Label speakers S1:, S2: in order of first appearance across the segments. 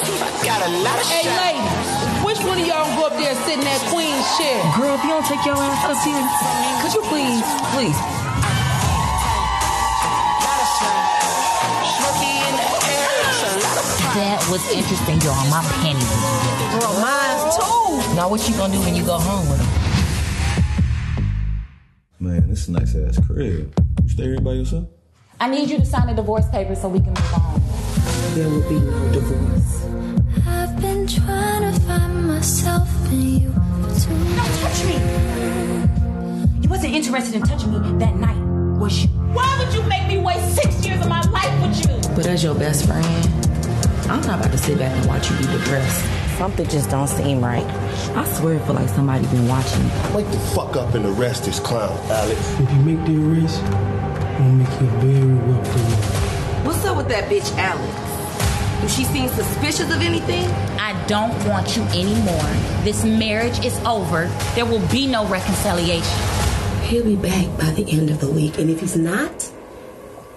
S1: a lot of
S2: Hey,
S1: shots.
S2: ladies, which one of y'all go up there and sit in that queen's chair?
S3: Girl, if you don't take your ass up here,
S2: Could you please, please?
S1: lot of shots. Smoky in the air. It's a lot of fun.
S4: That was interesting, y'all. My panties was
S3: girl, mine too.
S4: Now, what you gonna do when you go home with them?
S5: Man, this is a nice ass crib. You stay here by yourself?
S4: I need you to sign the divorce paper so we can move on.
S2: There will be no divorce.
S6: I've been trying to find myself in you for too long.
S7: Don't touch me. You wasn't interested in touching me that night, was you? Why would you make me wait six years of my life with you?
S3: But as your best friend, I'm not about to sit back and watch you be depressed.
S4: Something just don't seem right.
S3: I swear it feel like somebody been watching me.
S8: Wake the fuck up and arrest this clown, Alex.
S9: If you make the arrest, I'll make you very welcome.
S3: What's up with that bitch, Alex? Does she seem suspicious of anything?
S4: I don't want you anymore. This marriage is over. There will be no reconciliation.
S10: He'll be back by the end of the week, and if he's not,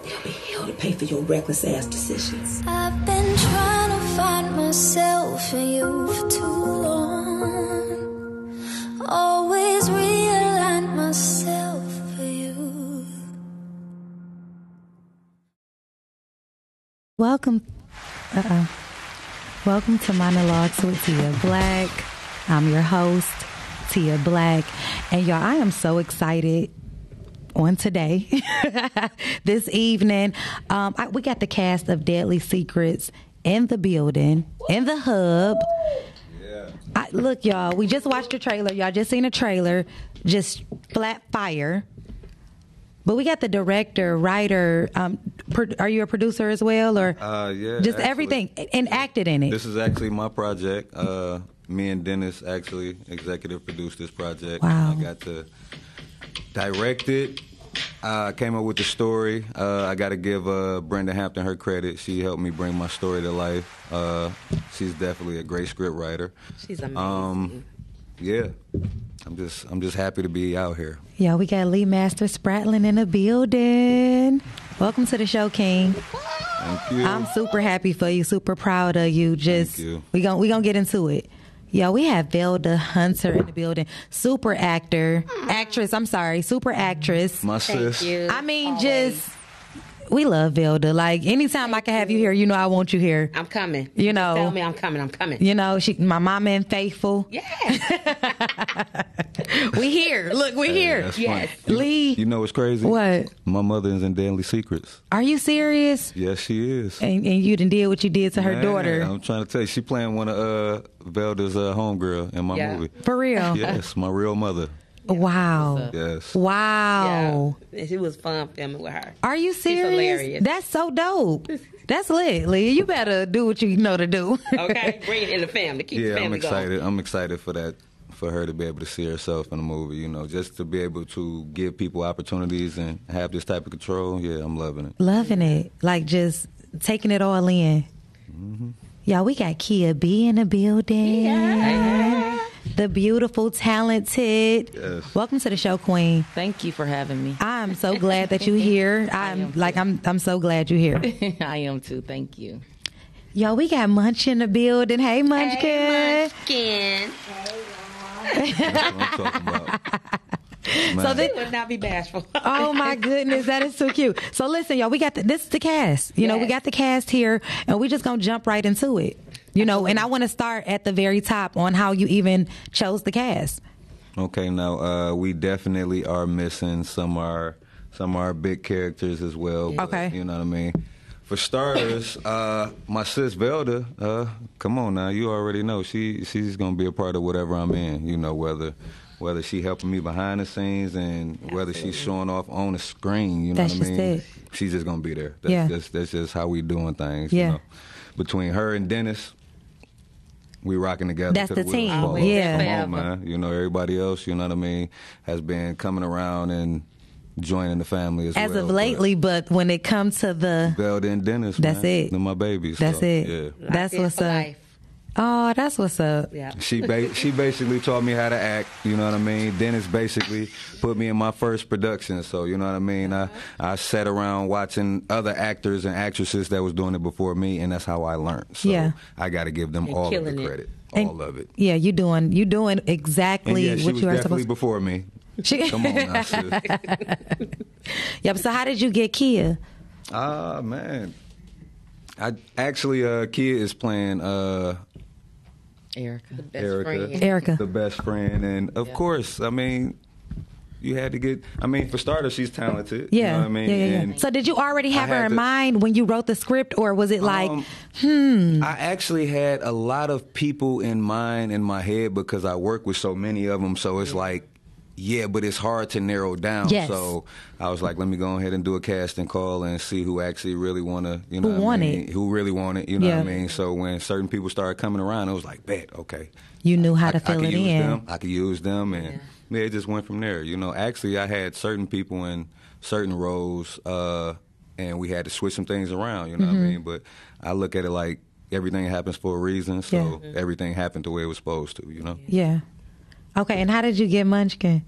S10: there'll be hell to pay for your reckless ass decisions.
S6: I've been trying to find myself in you for too long. Always realign myself for you.
S11: Welcome. Uh oh. Welcome to Monologues with Tia Black. I'm your host, Tia Black. And y'all, I am so excited on today, this evening. Um, I, we got the cast of Deadly Secrets in the building, in the hub. I, look, y'all, we just watched the trailer. Y'all just seen a trailer, just flat fire. But we got the director, writer. Um, pro- are you a producer as well, or
S5: Uh, yeah,
S11: just
S5: actually.
S11: everything and acted in it?
S5: This is actually my project. Uh, me and Dennis actually executive produced this project.
S11: Wow.
S5: I got to direct it. I came up with the story. Uh, I got to give uh, Brenda Hampton her credit. She helped me bring my story to life. Uh, she's definitely a great script writer.
S3: She's amazing.
S5: Um, yeah, I'm just I'm just happy to be out here.
S11: Yeah, we got Lee Master Spratlin in the building. Welcome to the show, King.
S5: Thank you.
S11: I'm super happy for you. Super proud of you. Just
S5: you.
S11: we gon' we gonna get into it. Yo, we have Velda Hunter in the building. Super actor, actress. I'm sorry, super actress.
S5: my sis.
S11: I mean, just we love Velda. Like anytime I can have you here, you know I want you here.
S2: I'm coming.
S11: You know. Tell me
S2: I'm coming. I'm coming.
S11: You know, she my mama and faithful.
S2: Yeah.
S11: We here. Look, we here.
S5: That's funny. You-
S11: Lee,
S5: You know what's crazy?
S11: What?
S5: My mother is in Deadly Secrets.
S11: are you serious?
S5: Yes, she is.
S11: And, and you done did what you did to her
S5: Man,
S11: daughter.
S5: I'm trying to tell you, she playing one of uh, Velda's uh, homegirl in my
S2: Yeah.
S5: movie.
S11: For real.
S5: Yes, my real mother.
S11: Wow.
S5: Yes.
S11: Wow.
S2: Oh. It was fun filming with her.
S11: Are you serious?
S2: hilarious.
S11: That's so dope. That's lit, Lee. You better do what you know to do.
S2: Bring it in the family. Keep
S5: Yeah, I'm excited. I'm excited for that, for her to be able to see herself in the movie. You know, just to be able to give people opportunities and have this type of control. Yeah, I'm loving it.
S11: Loving it. Like just taking it all in. Y'all, we got Kia B in the building. The beautiful, talented.
S5: Yes.
S11: Welcome to the show, Queen.
S3: Thank you for having me.
S11: I'm so glad that you're here. I'm like I'm I'm so glad you're here.
S3: I am too. Thank you.
S11: Yo, we got Munch in the building. Hey, Munchkin.
S5: That's what I'm talking about.
S11: So
S5: Man.
S11: this,
S2: Would not be bashful.
S11: Oh my goodness, that is so cute. So listen, y'all, we got the, this is the cast. You know, we
S2: Yes.
S11: got the cast here, and we just gonna jump right into it. You know, and I want to start at the very top on how you even chose the cast.
S5: Okay, now uh, we definitely are missing some are some are big characters as well. but,
S11: Okay.
S5: you know what I mean. For starters, uh, my sis Velda, uh, come on now, you already know she she's gonna be a part of whatever I'm in. You know whether whether she helping me behind the scenes and whether she's showing off on the screen. You know
S11: That's
S5: what I
S11: just
S5: mean?
S11: it.
S5: She's just gonna be there. That's,
S11: Yeah.
S5: just, that's just how we doing things.
S11: Yeah.
S5: You know? Between her and Dennis, we rocking together.
S11: That's
S5: till
S11: the
S5: wheels
S11: team.
S5: fall off.
S11: Yeah.
S5: Come on, man. You know, everybody else, you know what I mean, has been coming around and joining the family as,
S11: As
S5: well.
S11: of lately, but when it comes to the,
S5: Velda and Dennis,
S11: That's
S5: man.
S11: it.
S5: They're my babies.
S11: that's
S5: so,
S11: it.
S5: Yeah.
S11: That's what's up. Oh, that's what's up.
S12: Yeah.
S5: She ba- she basically taught me how to act. You know what I mean. Dennis basically put me in my first production. So you know what I mean.
S11: Uh-huh.
S5: I I sat around watching other actors and actresses that was doing it before me, and that's how I learned. So
S11: Yeah.
S5: I got to give them
S11: You're
S5: all of the
S11: killing it.
S5: credit,
S11: And-
S5: all of it.
S11: Yeah, you doing you doing
S5: And
S11: exactly
S5: yeah, she
S11: what
S5: was
S11: you are
S5: definitely
S11: supposed.
S5: before me.
S11: She-
S5: Come on, now, sis.
S11: yep. So how did you get Kia?
S5: Ah man, I actually uh, Kia is playing uh,
S12: Erica. The best
S5: Erica,
S12: friend.
S5: the best friend, and of course, I mean, you had to get. I mean, for starters, she's talented. you
S11: Yeah,
S5: know what I mean,
S11: yeah, yeah, yeah.
S5: And
S11: So did you already
S5: I
S11: have
S5: had
S11: her in
S5: to- Um,
S11: mind when you wrote the script, or was it like, hmm?
S5: I actually had a lot of people in mind in my head because I work with so many of them. So it's like, yeah, but it's hard to narrow down.
S11: Yes.
S5: So I was like, let me go ahead and do a casting call and see who actually really want to, you know,
S11: Who
S5: what I
S11: want
S5: mean?
S11: it.
S5: who really want it, you know
S11: Yeah.
S5: what I mean? So when certain people started coming around, I was like, bet, okay,
S11: You knew how to
S5: I
S11: fill
S5: could
S11: it
S5: use
S11: in.
S5: them. I could use them, and yeah. it just went from there. You know, actually, I had certain people in certain roles, uh, and we had to switch some things around. You know what
S11: Mhm.
S5: I mean? But I look at it like everything happens for a reason, so
S11: Yeah.
S5: everything happened the way it was supposed to. You know?
S11: Yeah. Okay. And how did you get Munchkin?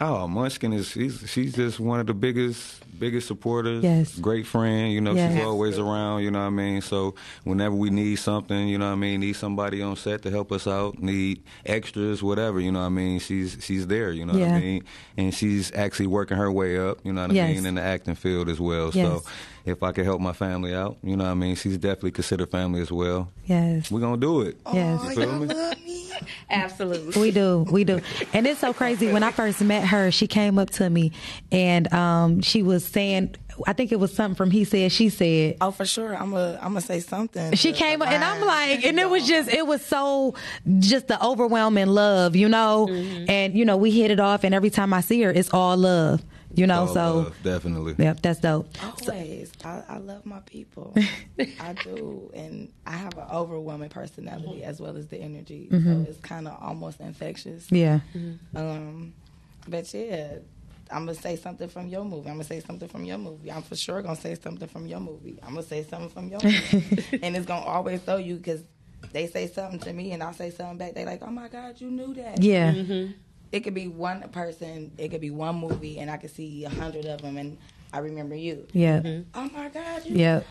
S5: Oh, Munchkin is she's she's just one of the biggest biggest supporters.
S11: Yes.
S5: Great friend, you know,
S11: Yes.
S5: she's always around, you know what I mean? So whenever we need something, you know what I mean, need somebody on set to help us out, need extras, whatever, you know what I mean, she's she's there, you know what
S11: Yeah.
S5: I mean? And she's actually working her way up, you know what I
S11: Yes.
S5: mean, in the acting field as well.
S11: Yes.
S5: So if I could help my family out, you know what I mean, she's definitely considered family as well.
S11: Yes.
S5: We're gonna do it.
S11: Yes.
S5: You feel me?
S12: Absolutely.
S11: We do, we do, and it's so crazy. When I first met her, she came up to me, and um, she was saying, I think it was something from he said, she said.
S13: Oh, for sure. I'm a. I'm gonna say something.
S11: She came up, and I'm like, and it was just, it was so, just the overwhelming love, you know.
S5: Mm-hmm.
S11: And you know, we hit it off, and every time I see her, it's all love, you know.
S5: All
S11: so,
S5: love, Oh, definitely.
S11: yep, that's dope.
S13: Always. I, I love my people. I do. And I have an overwhelming personality as well as the energy.
S11: Mhm.
S13: So it's kind of almost infectious.
S11: Yeah.
S13: Um, but yeah, I'm going to say something from your movie. I'm going to say something from your movie. I'm for sure going to say something from your movie. I'm going to say something from your
S5: Mm-hmm.
S13: movie. and it's going to always throw you because they say something to me and I'll say something back. They like, oh my God, you knew that.
S11: Yeah.
S13: It could be one person, it could be one movie, and I could see a hundred of them, and I remember you.
S11: Yeah.
S13: Oh my God. You,
S11: Yep.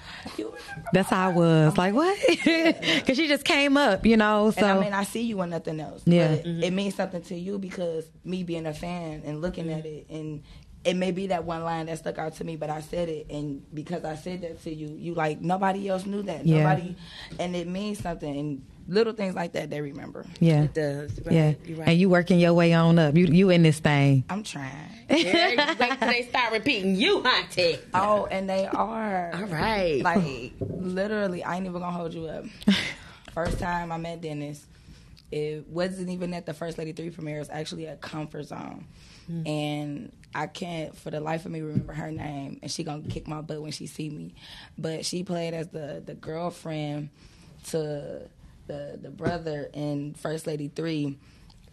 S11: That's how I was. Like, what? Because she just came up, you know. So
S13: and I mean, I see you on nothing else.
S11: Yeah.
S13: But it means something to you because me being a fan and looking at it, and it may be that one line that stuck out to me, but I said it, and because I said that to you, you like nobody else knew that.
S11: Yeah.
S13: Nobody, and it means something. And little things like that, they remember.
S11: yeah,
S13: does.
S11: yeah. And you working your way on up. You you in this thing.
S13: I'm trying.
S12: Yeah, wait till they start repeating you, Hunty.
S13: Oh, and they are. All
S12: right.
S13: Like, literally, I ain't even gonna hold you up. First time I met Dennis, it wasn't even at the First Lady 3 premiere, it was actually at Comfort Zone.
S11: Hmm.
S13: And I can't, for the life of me, remember her name. And she gonna kick my butt when she see me. But she played as the, the girlfriend to the, the brother in First Lady 3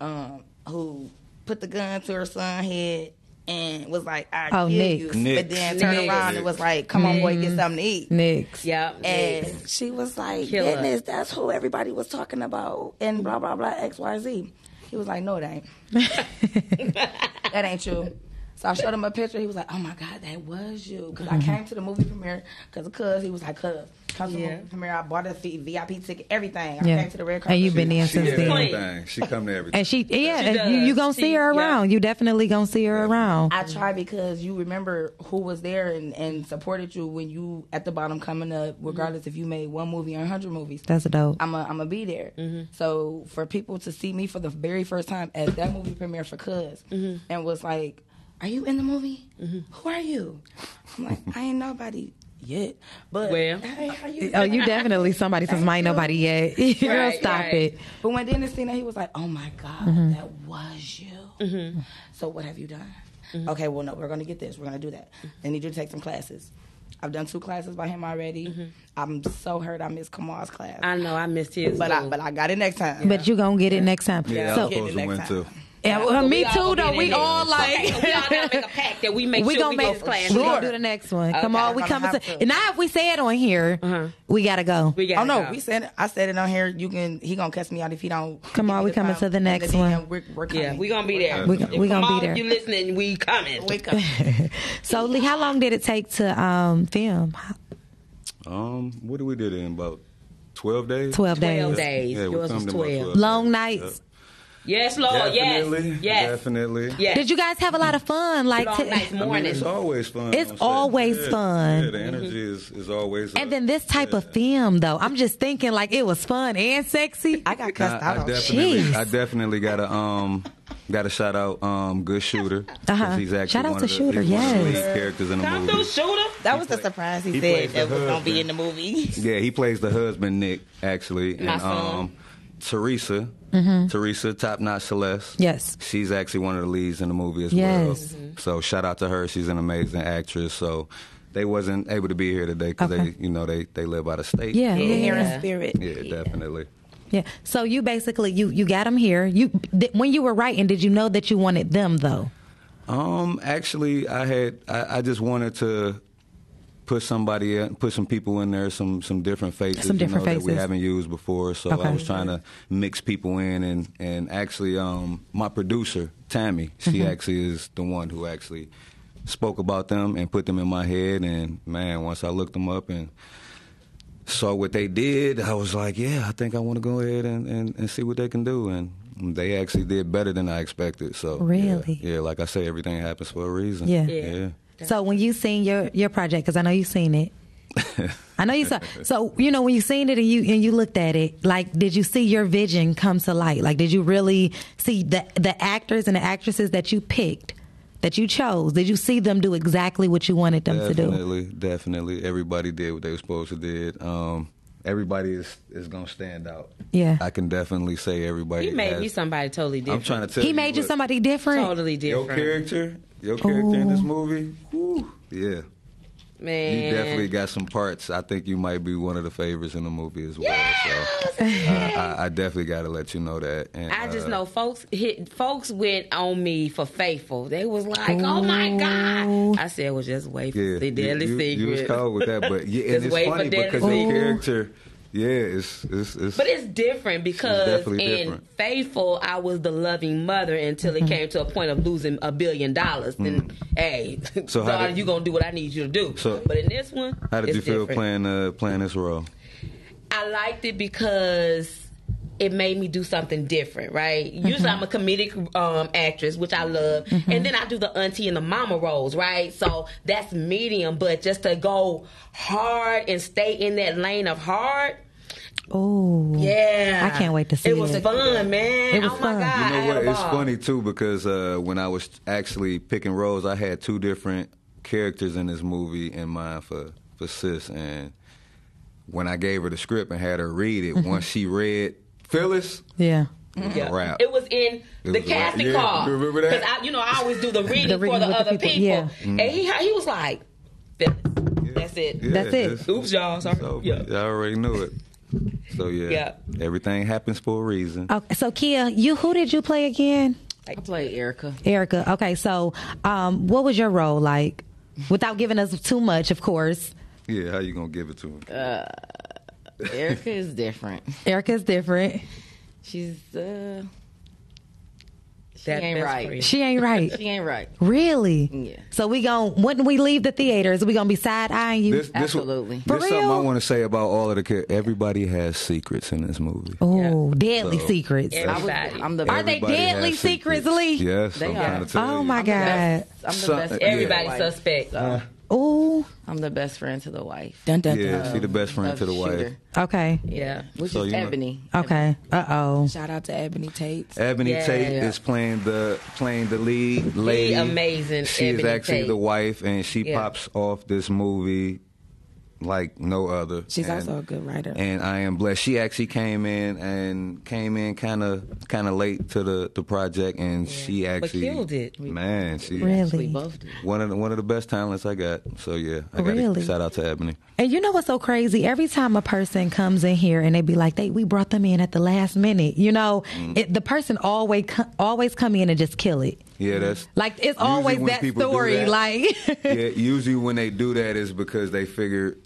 S13: um, who put the gun to her son's head and was like, I kill
S11: Oh, Nick. Mm-hmm.
S13: you.
S11: Nick.
S13: But then turned
S11: Nick.
S13: around and was like, come on, boy, get something to eat.
S11: Next.
S12: Yep.
S13: And she was like,
S12: Killer.
S13: goodness, that's who everybody was talking about. And blah, blah, blah, X, Y, Z. He was like, no, it ain't. that ain't you. So I showed him a picture. He was like, oh, my God, that was you. Because I
S11: Mhm.
S13: came to the movie premiere because of cuz. He was like, cuz. Come to the
S12: Yeah.
S13: movie premiere. I bought a fee- VIP ticket, everything. I
S11: Yeah.
S13: came to the red carpet.
S11: And you've been in
S5: She
S11: since
S5: did
S11: then.
S5: everything. She come to everything.
S11: And she, yeah,
S13: She
S11: and you,
S13: does.
S11: you gonna see
S13: She-
S11: her
S13: yeah.
S11: around. You definitely gonna see her around.
S13: I try because you remember who was there and, and supported you when you at the bottom coming up, regardless if you made one movie or a hundred movies.
S11: That's dope.
S13: I'm a, I'm a be there. So for people to see me for the very first time at that movie premiere for Cuz and was like, "Are you in the movie? Who are you?" I'm like, "I ain't nobody yet, but
S11: Well.
S13: hey, how you
S11: Oh, you definitely somebody since mine ain't nobody yet. Girl,
S13: Right,
S11: stop
S13: right.
S11: it.
S13: But when Dennis seen that, he was like, "Oh my God,
S11: Mhm.
S13: that was you." So what have you done? Okay, well, no, we're gonna get this. We're gonna do that. I need you to take some classes. I've done two classes by him already. I'm so hurt. I missed Kamar's class.
S12: I know I missed his,
S13: but I
S12: too.
S13: but I got it next time.
S11: But you gonna get it next time.
S5: Yeah, I
S11: so
S5: was supposed to win too.
S11: Yeah, well,
S12: But
S11: me
S12: all gonna
S11: too,
S12: be
S11: though.
S12: in
S11: We
S12: there.
S11: all like-
S12: Okay, so we all gotta make a pact that we make
S11: we
S12: sure we
S11: gonna make
S12: go for class.
S11: We gonna do the next one. Come
S12: Okay.
S11: on, we
S12: I'm gonna
S11: coming. To,
S12: have to. Uh-huh.
S11: and now if we say it on here, we gotta go.
S12: We
S13: oh no, we said it. I said it on here. You can. He gonna cuss me out if he don't.
S11: Come on, we coming to the next one.
S13: We're, we're coming.
S12: Yeah, we gonna be there.
S11: We gon- we gonna be
S12: Kamal,
S11: there.
S12: You listening? We coming. We coming.
S11: So, Lee, how long did it take to um, film?
S5: Um, what did we do in about twelve days?
S11: 12 days. 12
S5: Yeah,
S11: days.
S5: Yeah, we
S11: Yours was
S5: come to about
S11: 12.
S5: 12.
S11: Long nights.
S12: Oh, Yes,
S5: Yeah.
S12: Lord.
S5: Definitely.
S12: Yes. Yes.
S5: Definitely.
S12: Yes.
S11: Did you guys have a lot of fun? Like
S12: Long
S11: to-
S12: nights,
S5: I mean, it's always fun.
S11: It's
S5: on set.
S11: always
S5: Yeah,
S11: fun.
S5: Yeah, the energy is, is always.
S11: And then this type of film, though, I'm just thinking like it was fun and sexy. I got
S5: Nah, I, definitely, I definitely got a um, got a shout out um, good shooter. 'cause
S11: Uh-huh.
S5: He's actually
S11: Shout out
S5: one
S11: to
S5: of the,
S11: Shooter,
S5: he's one of the lead
S11: yes.
S5: characters in the
S12: Come
S5: movie.
S12: through, shooter.
S13: That was the surprise he,
S5: he
S13: said
S5: plays the
S13: that was gonna be
S5: husband.
S13: in the movie.
S5: Yeah, he plays the husband Nick actually,
S13: My
S5: and
S13: son.
S5: um, Teresa,
S11: Mhm.
S5: Teresa, top notch Celeste.
S11: Yes.
S5: she's actually one of the leads in the movie as well.
S11: Yes.
S5: So shout out to her. She's an amazing actress. So they wasn't able to be here today because
S11: Okay.
S5: they, you know, they they live out of state.
S11: Yeah,
S5: so-
S11: yeah, Here in yeah. spirit.
S5: Yeah, definitely.
S11: Yeah. So you basically you you got them here. You th- when you were writing, did you know that you wanted them though?
S5: Um, actually, I had I, I just wanted to put somebody in, put some people in there, some some different faces,
S11: Some different
S5: you know, that we
S11: faces.
S5: haven't used before. So
S11: Okay.
S5: I was trying to mix people in, and and actually, um, my producer Tammy, she
S11: Mhm.
S5: actually is the one who actually spoke about them and put them in my head. And man, once I looked them up and saw what they did, I was like, yeah, I think I want to go ahead and, and, and see what they can do. And they actually did better than I expected. So yeah.
S11: Really?
S5: yeah, like I say, everything happens for a reason.
S11: Yeah.
S5: yeah.
S11: So when you seen your your project, because I know you seen it. I know you saw. So you know when you seen it and you and you looked at it, like did you see your vision come to light? Like did you really see the the actors and the actresses that you picked, that you chose? Did you see them do exactly what you wanted them to do?
S5: definitely, definitely. Everybody did what they were supposed to did. Um, everybody is is gonna stand out.
S11: Yeah.
S5: I can definitely say everybody.
S12: He made
S5: has-
S12: me somebody totally
S5: I'm
S12: different.
S5: trying to tell
S11: He made you
S5: what-
S11: somebody different.
S12: Totally
S5: Your
S12: different.
S5: character, your character in this
S11: Ooh.
S5: movie. Woo, yeah.
S12: Man.
S5: You definitely got some parts. I think you might be one of the favorites in the movie as well. So uh, I, I definitely got to let you know that. And,
S12: I just
S5: uh,
S12: know folks hit folks went on me for faithful. They was like, "Oh my god!" I said, "It was just wait for
S5: Yeah,
S12: the deadly
S5: you, you,
S12: secret."
S5: You was cold with that, but yeah, and
S12: Just
S5: it's
S12: wait for
S5: funny
S12: deadly
S5: because
S12: secret.
S5: your character, yeah, it's it's it's.
S12: But it's different because in
S5: definitely different. Mm-hmm.
S12: Faithful, I was the loving mother until it came to a point of losing a billion dollars. And hey,
S5: Mm. So how
S12: daughter,
S5: did-
S12: you gonna do what I need you to do.
S5: So-
S12: but in this one,
S5: How did
S12: it's
S5: you feel
S12: different.
S5: playing uh, playing this role?
S12: I liked it because it made me do something different, right?
S11: Mm-hmm.
S12: Usually I'm a comedic um, actress, which I love, and then I do the auntie and the mama roles, right? So that's medium, but just to go hard and stay in that lane of hard,
S11: Oh,
S12: yeah.
S11: I can't wait to see
S12: It was
S11: it.
S12: fun, man.
S11: It was
S12: oh
S11: fun.
S12: my god,
S5: You
S12: I
S5: know
S12: had a
S5: what? It's
S12: ball.
S5: funny too because uh, when I was actually picking roles, I had two different characters in this movie in mind for for sis, and when I gave her the script and had her read
S12: Mm-hmm.
S5: it, once she read Phyllis,
S11: Yeah.
S5: yeah. rap.
S12: It was in
S5: It
S12: the
S5: was a rap.
S12: casting
S5: Yeah,
S12: call.
S5: you remember that?
S12: Because I, you know, I always do the reading
S11: The
S12: for
S11: reading
S12: the
S11: with the
S12: other
S11: people,
S12: people,
S11: yeah.
S12: and he he was like, "That's- "That's it,
S5: Mm-hmm. Yeah, That's it. it's-
S12: Oops, y'all, sorry. yeah.
S5: I already knew it. So yeah, everything happens for a reason.
S11: Okay, so Kia, you who did you play again?
S12: I played Erica.
S11: Erica. Okay, so um, what was your role like? Without giving us too much, of course.
S5: Yeah, how you gonna give it to him?
S14: Uh, Erica is different.
S11: Erica's different.
S14: She's uh, she
S12: That
S14: ain't
S12: best
S14: right.
S12: friend.
S11: She ain't right.
S14: she ain't right.
S11: Really? Yeah. So we gon' wouldn't we leave the theater? Is we gonna be side eyeing you?
S5: This, this, Absolutely. This something I want to say about all of the kids. Everybody has secrets in this movie.
S11: Oh, deadly
S5: So,
S11: secrets.
S5: I was-
S14: I'm the
S11: Are they
S5: Everybody has
S11: deadly secrets, Lee?
S5: Yes,
S14: They
S5: I'm
S14: are.
S5: trying to tell
S11: Oh,
S5: you.
S11: my
S14: I'm the best-
S11: God.
S14: I'm the
S5: Some-
S14: best. friend to
S12: Everybody
S14: the wife.
S12: suspect.
S14: So,
S11: Oh,
S14: I'm the best friend to the wife.
S5: Yeah, she the best friend
S11: Oh,
S5: to the wife.
S14: Shooter.
S11: Okay.
S14: Yeah, which
S5: So
S14: is
S5: you know-
S14: Ebony.
S11: Okay. Uh oh.
S13: Shout out to Ebony Tate.
S5: Ebony
S14: Yeah.
S5: Tate is playing the playing the lead lady.
S12: amazing,
S5: She is
S12: Ebony
S5: actually
S12: Tate.
S5: the wife, and she
S12: Yeah.
S5: pops off this movie like no other.
S13: She's also a good writer.
S5: And I am blessed. She actually came in and came in kind of kind of late to the, the project, and she actually
S12: killed it.
S5: Man, she
S12: uh,
S11: Really? We
S12: both
S5: one of the, one of the best talents I got. So yeah, I got
S11: Really?
S5: to shout out to Ebony.
S11: And you know what's so crazy? Every time a person comes in here and they be like, "They we brought them in at the last minute," you know,
S5: Mm-hmm.
S11: it, the person always co- always come in and just kill it.
S5: Yeah, that's
S11: Like it's
S5: Usually
S11: always
S5: when
S11: that
S5: people do
S11: story.
S5: that-
S11: Like
S5: yeah. Usually when they do that is because they figure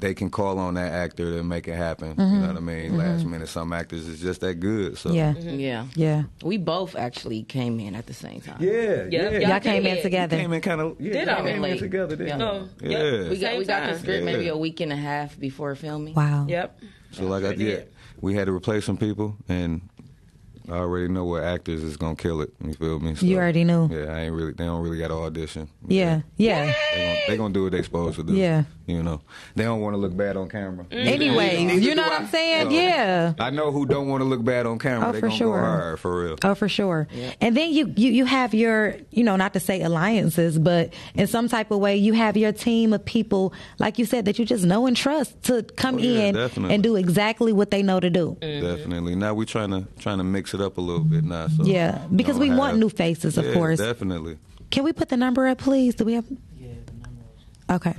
S5: they can call on that actor to make it happen. You know
S14: Mhm.
S5: what I mean?
S14: Mhm.
S5: Last minute, some actors is just that good. So
S13: Mm-hmm.
S14: yeah,
S11: Mm-hmm. yeah.
S14: We both actually came in at the same time.
S5: Yeah, yeah.
S11: Y'all came in together.
S5: Came in kind of yeah,
S14: Ditto.
S5: came in
S14: Like,
S5: together. Didn't
S14: yeah.
S5: we?
S14: No,
S5: yeah.
S14: We got we got the script maybe
S5: Yeah.
S14: a week and a half before filming.
S11: Wow.
S12: Yep.
S5: So like I yeah, we had to replace some people, and I already know what actors is gonna kill it. You feel me? So,
S11: You already knew.
S5: Yeah, I ain't really. They don't really got to audition.
S11: yeah, yeah.
S5: They gonna, they gonna do what they supposed to do.
S11: Yeah. Mm-hmm.
S5: You know, they don't want to look bad on camera.
S11: Anyways, you know what I'm saying?
S5: So,
S11: Yeah.
S5: I know who don't want to look bad on camera.
S11: Oh,
S5: they
S11: for
S5: gonna
S11: sure.
S5: go hard for real.
S11: Oh, for sure. And then you, you you have your you know not to say alliances, but in some type of way you have your team of people like you said that you just know and trust to come
S5: Oh, yeah,
S11: in
S5: definitely.
S11: and do exactly what they know to do.
S5: Definitely. Now we trying to trying to mix it up a little bit now. So
S11: Yeah, because
S5: don't
S11: we
S5: have-
S11: want new faces, of
S5: Yeah,
S11: course.
S5: Definitely.
S11: Can we put the number up, please? Do we have? Okay.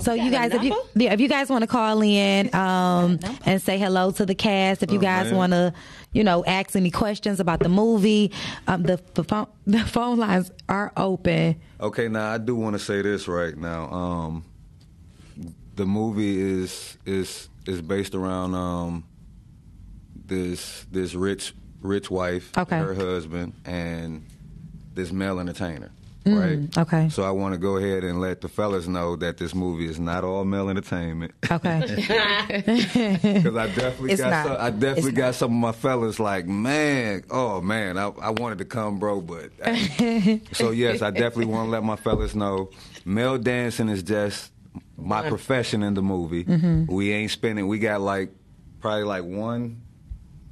S11: So you guys, if you yeah, if you guys want to call in um, and say hello to the cast, if you
S15: Oh,
S11: guys
S15: man.
S11: want to, you know, ask any questions about the movie, um, the, the phone the phone lines are open.
S5: Okay, now I do want to say this right now. Um, the movie is is is based around um, this this rich rich wife,
S11: Okay.
S5: her husband, and this male entertainer.
S11: Mm, Okay.
S5: So I want to go ahead and let the fellas know that this movie is not all male entertainment.
S11: Okay.
S5: Because I definitely
S11: It's
S5: got
S11: not.
S5: some, I definitely
S11: It's
S5: got some of my fellas like, man, oh man, I, I wanted to come, bro, but so yes, I definitely want to let my fellas know, male dancing is just my profession in the movie.
S11: Mhm.
S5: We ain't spending. We got like probably like one.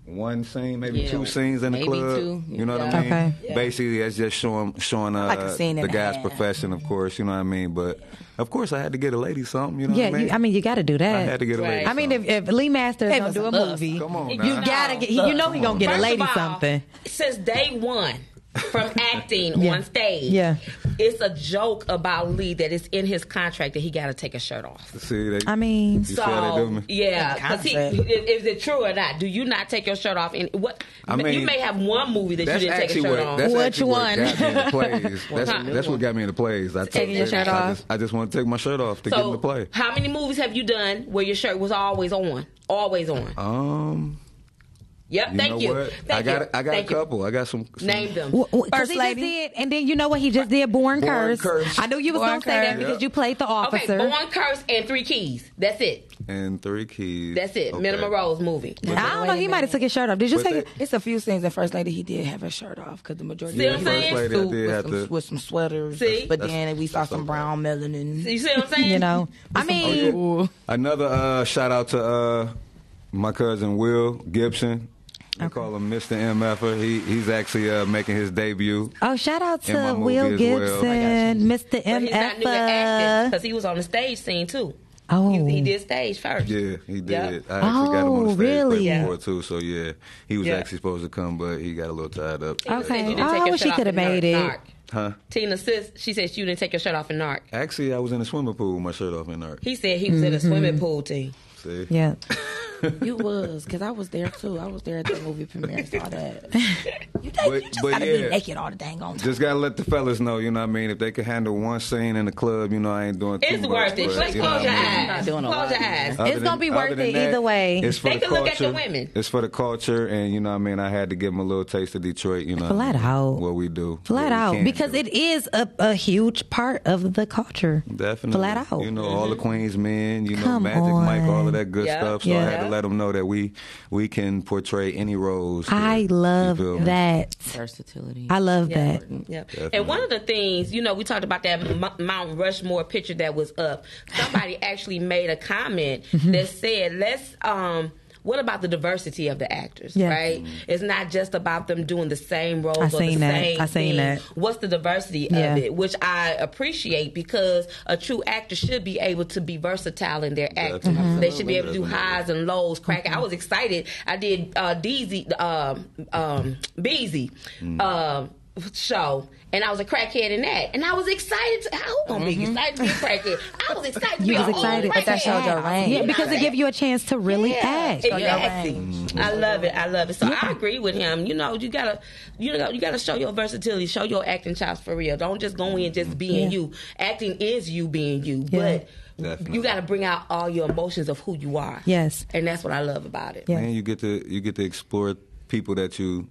S5: One scene, maybe
S14: Yeah.
S5: two scenes in the
S14: Maybe
S5: club.
S14: two.
S5: You know what
S14: Yeah.
S5: I mean?
S14: Okay.
S5: Basically, that's just showing showing uh,
S11: Like a scene
S5: the
S11: and a
S5: guy's
S11: half.
S5: profession, of course. You know what I mean? But of course, I had to get a lady something. You know
S11: yeah,
S5: what I mean?
S11: you, I mean, you got to do that.
S5: I had to get a lady
S11: I mean, if, if Lee Masters
S12: It
S11: gonna
S12: was
S11: do a
S12: us.
S11: movie,
S12: Come on
S11: you
S12: now.
S11: gotta get. He, you know he gonna get a
S12: First
S11: lady
S12: of all,
S11: something.
S12: Since day one from acting
S11: Yeah.
S12: on stage,
S11: Yeah.
S12: it's a joke about Lee that it's in his contract that he got to take a shirt off.
S5: See, they,
S11: I mean,
S5: you see how they do me?
S12: yeah, 'cause he,
S5: Contract.
S12: is it true or not? Do you not take your shirt off? And what
S5: I mean,
S12: you may have one movie that you
S5: That's
S12: didn't take a
S5: actually
S12: shirt
S5: what.
S12: on.
S5: That's actually what got me in the plays. That's,
S12: Huh.
S5: that's what got me in the plays. I took-
S12: Taking your shirt
S5: I
S12: off.
S5: Just, I just want to take my shirt off to get in the play.
S12: how many movies have you done where your shirt was always on? Always on.
S5: Um.
S12: Yep.
S5: you
S12: thank
S5: know
S12: you.
S5: What?
S12: Thank
S5: I got.
S12: you.
S5: I got
S12: Thank
S5: a
S12: you.
S5: couple. I got some. some
S12: Name them.
S11: Well, well, 'cause he just did, and then you know what he just did? Born,
S5: Born
S11: Curse.
S5: Curse.
S11: I knew you was
S5: Born
S11: gonna say that
S5: Curse.
S11: because
S5: Yep.
S11: you played the officer.
S12: Okay, Born Curse and Three Keys. That's it.
S5: and three keys.
S12: That's it.
S5: Okay.
S12: Minimum Rose movie.
S11: I don't know. He might have took his shirt off. Did you
S5: But
S11: take
S5: they-
S11: it?
S13: It's a few scenes in First Lady. He did have his shirt off because the majority
S5: Yeah,
S13: of
S5: First
S13: it was
S5: Lady, I
S13: suit
S5: did
S13: with
S5: have
S13: some,
S5: to-
S13: with some sweaters.
S12: See?
S13: but
S5: That's-
S13: then we saw some brown melanin.
S12: You see what I'm saying?
S11: You know, I mean,
S5: Oh, Another uh, shout out to uh, my cousin Will Gibson. I call him Mr. MFer. He he's actually uh, making his debut.
S11: oh, shout out
S5: In my
S11: to
S5: movie
S11: Will
S5: as well.
S11: Gibson,
S5: Oh
S11: Mr.
S12: But he's not new to acting
S11: M.
S12: because he was on the stage scene too.
S11: Oh,
S12: He, he did stage first.
S5: Yeah, he did.
S12: Yep.
S5: I actually got him on the
S11: Oh,
S5: stage play
S11: really?
S5: before too. So yeah, he was
S12: Yeah.
S5: actually supposed to come, but he got a little tied up.
S11: Okay.
S12: didn't
S11: Oh,
S12: take your
S11: I wish
S12: shirt
S11: he
S12: off
S11: could have
S12: in
S11: made
S12: Narc. Narc.
S11: it.
S5: Huh?
S12: Tina sis, she said you didn't take your shirt off in narc.
S5: Actually, I was in a swimming pool with my shirt off in there.
S12: He said he was in a
S11: Mhm.
S12: swimming pool team.
S5: See?
S11: Yeah.
S13: You was because I was there too. I was there at the movie premiere. and Saw that.
S5: But, but
S13: Gotta be
S5: yeah,
S13: naked all the dang on.
S5: just gotta let the fellas know. You know what I mean? If they can handle one scene in the club, you know I ain't doing.
S12: It's
S5: too
S12: worth
S5: much,
S12: it.
S5: but,
S12: Just
S5: you know
S12: close
S5: what
S12: your
S5: I mean?
S12: eyes. Close your eyes.
S5: Other than- other than that, It's for
S12: They
S5: the
S12: can look at the
S5: culture.
S12: women.
S5: It's for the culture, and you know what I mean. I had to give them a little taste of Detroit. You know,
S11: Flat out.
S5: what we do, what
S11: Flat
S5: we
S11: out,
S5: can
S11: because
S5: do.
S11: it is a, a huge part of the culture.
S5: Definitely.
S11: Flat out.
S5: You know, all the
S12: Mm-hmm.
S5: Queens men, you know,
S11: Come
S5: Magic Mike, all
S11: on.
S5: of that good
S11: Yeah.
S5: stuff. So I had
S11: Yeah.
S5: to let them know that we we can portray any roles.
S11: I love
S5: feel me?
S11: that.
S14: Versatility.
S11: I love
S12: Yeah.
S11: that.
S12: Yeah.
S5: Definitely.
S12: And one of the things, you know, we talked about that M- Mount Rushmore picture that was up. Somebody actually made a comment
S11: Mhm.
S12: that said, "Let's um what about the diversity of the actors?
S11: Yes.
S12: Right? It's not just about them doing the same roles
S11: Mm-hmm. I
S12: or the
S11: seen that.
S12: same
S11: I seen
S12: thing.
S11: that.
S12: What's the diversity
S11: Yeah.
S12: of it? Which I appreciate because a true actor should be able to be versatile in their acting.
S14: Definitely.
S11: Mm-hmm.
S12: They should be able to do
S14: Definitely.
S12: highs and lows. Crack. I was excited. I did uh, DZ, um, um, Beezy. um, show and I was a crackhead in that, and I was excited. To, I was gonna be excited to be a crackhead. I was excited. to
S11: You
S12: be
S11: was
S12: an old
S11: excited,
S12: crackhead.
S11: Yeah, because it give you a chance to really act.
S12: Exactly. I love it. I love it. So I agree with him. You know, you gotta, you know, you gotta show your versatility, show your acting chops for real. Don't just go in just being
S11: Yeah.
S12: you. Acting is you being you,
S11: Yeah.
S12: but you gotta bring out all your emotions of who you are.
S11: Yes.
S12: and that's what I love about it.
S5: And you get to you get to explore people that you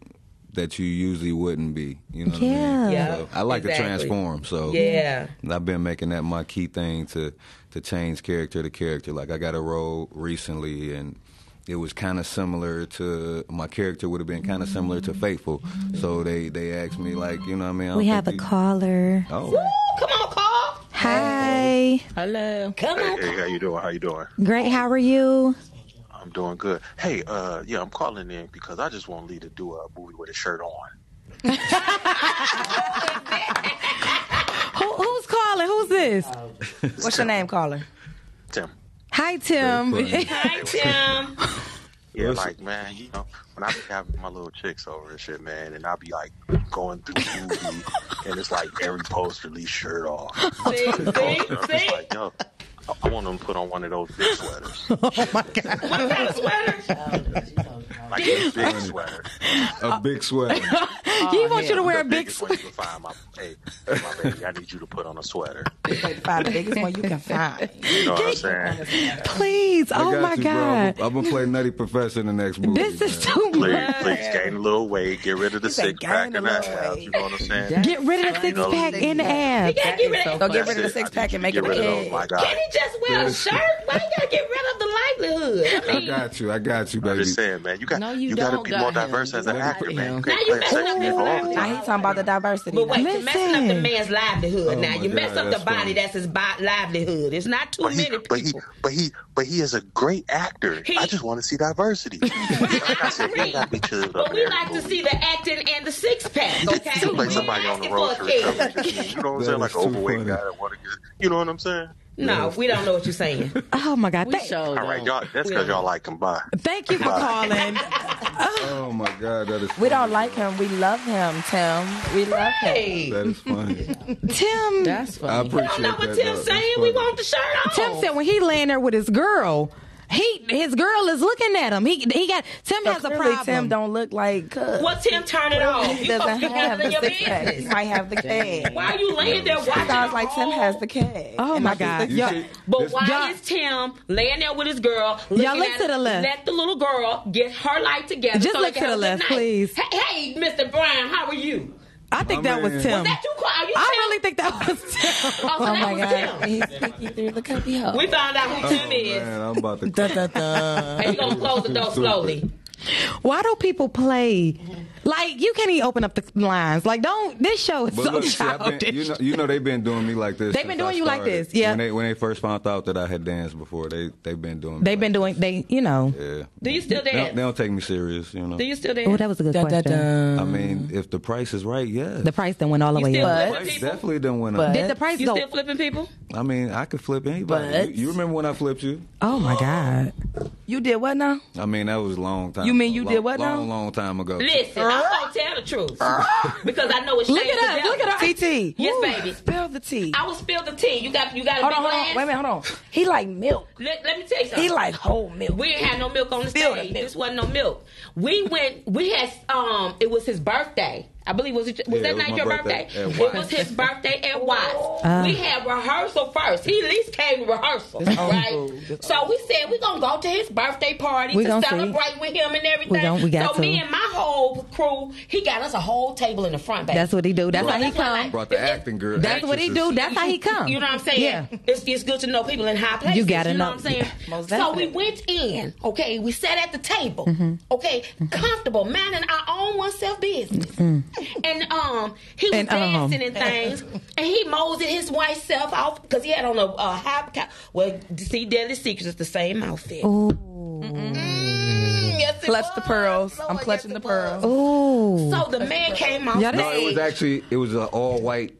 S5: that you usually wouldn't be. You know what I
S12: Yeah.
S5: mean?
S12: Yeah,
S5: So I like
S12: exactly.
S5: to transform. So
S12: Yeah.
S5: and I've been making that my key thing to to change character to character. Like I got a role recently and it was kind of similar to my character would have been kind of similar to Faithful. So they they asked me like, you know what I mean? I don't
S11: Mm-hmm. We have a
S5: think
S11: caller.
S5: you- Oh.
S11: Hi.
S14: Hello.
S12: Come
S15: Hey, hey, how you doing? How you doing?
S11: Great. How are you?
S15: I'm doing good. Hey, uh, yeah, I'm calling in because I just want Lee to do a movie with a shirt on.
S11: Who, who's calling? Who's this?
S15: Oh.
S13: What's your name, caller?
S15: Tim.
S11: Hi, Tim.
S15: Very funny. Hi,
S12: Tim.
S15: Yeah,
S11: Listen.
S15: like man, you know, when I be having my little chicks over and shit, man, and I'll be like going through the movie, and it's like every post release shirt off.
S12: See,
S15: And
S12: see,
S15: I'm just
S12: see?
S15: like, yo, I- I want them to put on one of those big sweaters,
S11: oh my god.
S12: What kind of sweater?
S15: like a big sweater.
S5: A big sweater.
S11: he wants you to wear a
S15: The
S11: big
S15: biggest one you can find. My, hey, my baby, I need you to put on a sweater.
S13: Find the biggest one you can find.
S15: You know what I'm saying?
S11: Please.
S5: I
S11: Oh
S5: got
S11: my
S5: you, bro. I'm-
S11: god.
S5: I'm gonna play Nutty Professor in the next movie.
S11: This is too
S15: Please,
S11: much.
S15: please gain a little weight, get rid of the
S11: He said
S15: six
S11: gain
S15: pack
S11: a
S15: and
S11: little
S15: that abs. You know what I'm saying?
S11: Get rid of the
S15: You
S11: six
S15: know,
S11: pack in the
S13: You
S11: abs.
S13: gotta get rid of, go get rid of the
S15: That's it.
S13: six pack and make
S15: Get
S13: it
S15: rid of
S13: big.
S15: those. Oh My God.
S12: Can he just wear a shirt? Why you gotta get rid of the livelihood? I
S5: I
S12: mean,
S5: got you. I got you, baby. I'm just
S15: saying, man. You got
S12: No, you
S15: you, got to
S12: don't
S15: be
S12: got
S15: more
S12: him.
S15: diverse as an actor, man. You can't
S12: you
S15: play a
S12: messing up
S15: sexy
S12: his
S15: role.
S13: Now he's talking about the diversity.
S12: But wait, you're messing up the man's livelihood.
S15: Oh
S12: now
S15: my
S12: you mess
S15: God,
S12: up
S15: that's
S12: the body.
S15: funny.
S12: That's his bo- livelihood. It's not too
S15: But he,
S12: many.
S15: but he, but he, but he is a great actor. I just want to see diversity. like I said, you got to be chilled up
S12: But we
S15: there.
S12: like to see the acting and the six pack. Okay,
S15: You like somebody on the road to
S12: for a
S15: recovery. You know what I'm saying? Like an overweight guy that want to get. You know what I'm saying?
S12: no, we don't know what you're saying.
S11: Oh my god. Thank,
S15: All right, y'all. That's because y'all like him. Bye.
S11: thank you for calling.
S5: Oh my god, that is
S13: We don't like him. We love him, Tim. We love him.
S5: that is funny.
S11: Tim.
S13: That's
S5: I appreciate
S12: know what
S5: that.
S12: Tim's
S5: though.
S12: saying. We want the shirt off.
S11: Tim said when he laying there with his girl, he his girl is looking at him. He he got Tim has a
S13: Clearly,
S11: problem.
S13: Tim don't look like. Cuz.
S12: Well, Tim, turn it off.
S13: He
S12: You
S13: doesn't
S12: supposed to be
S13: have
S12: handling
S13: the
S12: your
S13: six pack. He
S12: business.
S13: might have the keg.
S12: Why are you laying there watching?
S13: Sounds like Tim has the keg.
S11: Oh my god.
S12: You
S11: Y'all-
S12: see- But why is Tim laying there with his girl? looking
S11: Y'all look
S12: at-
S11: to the left.
S12: Let the little girl get her life together.
S11: Just
S12: so
S11: look
S12: they can
S11: to the
S12: have a good
S11: left,
S12: night.
S11: please.
S12: Hey, hey, Mr. Brown, how are you?
S11: I think
S12: My
S11: that was
S12: man.
S11: Tim.
S12: Was that you, Cla- are you
S11: I
S12: Tim?
S11: really think that was Tim.
S12: Oh, so that was Tim.
S13: He's sneaky through the cubby hole.
S12: We found out who Tim is.
S5: Man, I'm about to.
S12: And you're gonna close the door slowly.
S11: Why do people play? Like you can't even open up the lines. Like don't. This show is
S5: But
S11: so
S5: look, see, I've been-
S11: childish.
S5: you know, you know they've been doing me like this.
S11: They've been
S5: since I
S11: doing you like
S5: started.
S11: this, yeah.
S5: When they when they first found out that I had danced before, they they've been doing. Me
S11: They've been doing. They you know.
S5: yeah.
S12: Do you still
S5: They
S12: dance?
S5: don't, they don't take me serious, you know.
S12: Do you still dance?
S11: Oh, that was a good
S12: Da, da,
S11: question.
S5: I mean, if the price is right, yeah.
S11: the price then went all the
S12: You
S11: way
S12: still
S11: up.
S12: flip
S5: Price
S12: people?
S5: definitely done went up.
S11: Did the price
S12: you
S11: go?
S12: still flipping people?
S5: I mean, I could flip anybody.
S13: But-
S5: You, you remember when I flipped you?
S11: oh my god.
S13: You did what now?
S5: I mean, that was a long time.
S13: You mean
S5: ago.
S13: you
S5: long,
S13: did what
S5: Long, long time ago.
S12: Listen, I'm gonna tell the truth because I know it's
S13: Look
S12: shame
S13: at
S12: to
S13: us,
S12: devil.
S13: look at us. TT.
S12: Yes,
S13: Woo,
S12: baby.
S13: Spill the tea.
S12: I will spill the tea. You got you got a
S13: Hold
S12: big
S13: on, hold
S12: glass?
S13: on. Wait a minute, hold on. He like milk.
S12: Let, let me tell you something.
S13: He like whole milk.
S12: We didn't have no milk on the
S13: Spill the
S12: stage.
S13: milk.
S12: This wasn't no milk. We went. We had. Um. It was his birthday. I believe was it, was
S5: Yeah,
S12: that
S5: it was
S12: night
S5: my
S12: your
S5: birthday
S12: birthday?
S5: at
S12: It
S5: Watts.
S12: was his birthday
S13: Oh.
S12: at Watts.
S5: Ah.
S12: we had rehearsal first. He at least came to rehearsal, right? So we said we're gonna go to his birthday party
S11: We
S12: to
S11: gonna see.
S12: celebrate with him and everything.
S11: gon- we got
S12: so me
S11: to.
S12: and my whole crew, he got us a whole table in the front. Back.
S11: That's what he do. That's how he
S12: why I like-
S11: come.
S5: Brought the acting girl.
S11: That's what he
S5: actresses.
S11: do. That's how he come.
S12: You know what I'm saying?
S11: Yeah.
S12: It's, it's good to know people in high places.
S11: You gotta
S12: know.
S11: know.
S12: what I'm saying?
S11: Most
S12: so we
S11: definitely.
S12: went in, okay? We sat at the table,
S11: Mhm.
S12: okay? Comfortable, minding our own oneself business.
S11: Mm.
S12: And um, he was
S11: And, um.
S12: dancing and things, and he moseyed his white self off because he had on a uh, high. Ca- well, see, Deadly Secrets is the same outfit.
S11: Ooh.
S13: clutch the pearls. I'm clutching the pearls.
S11: Ooh.
S12: So the man came off
S5: no, it
S12: stage.
S5: was actually it was an all white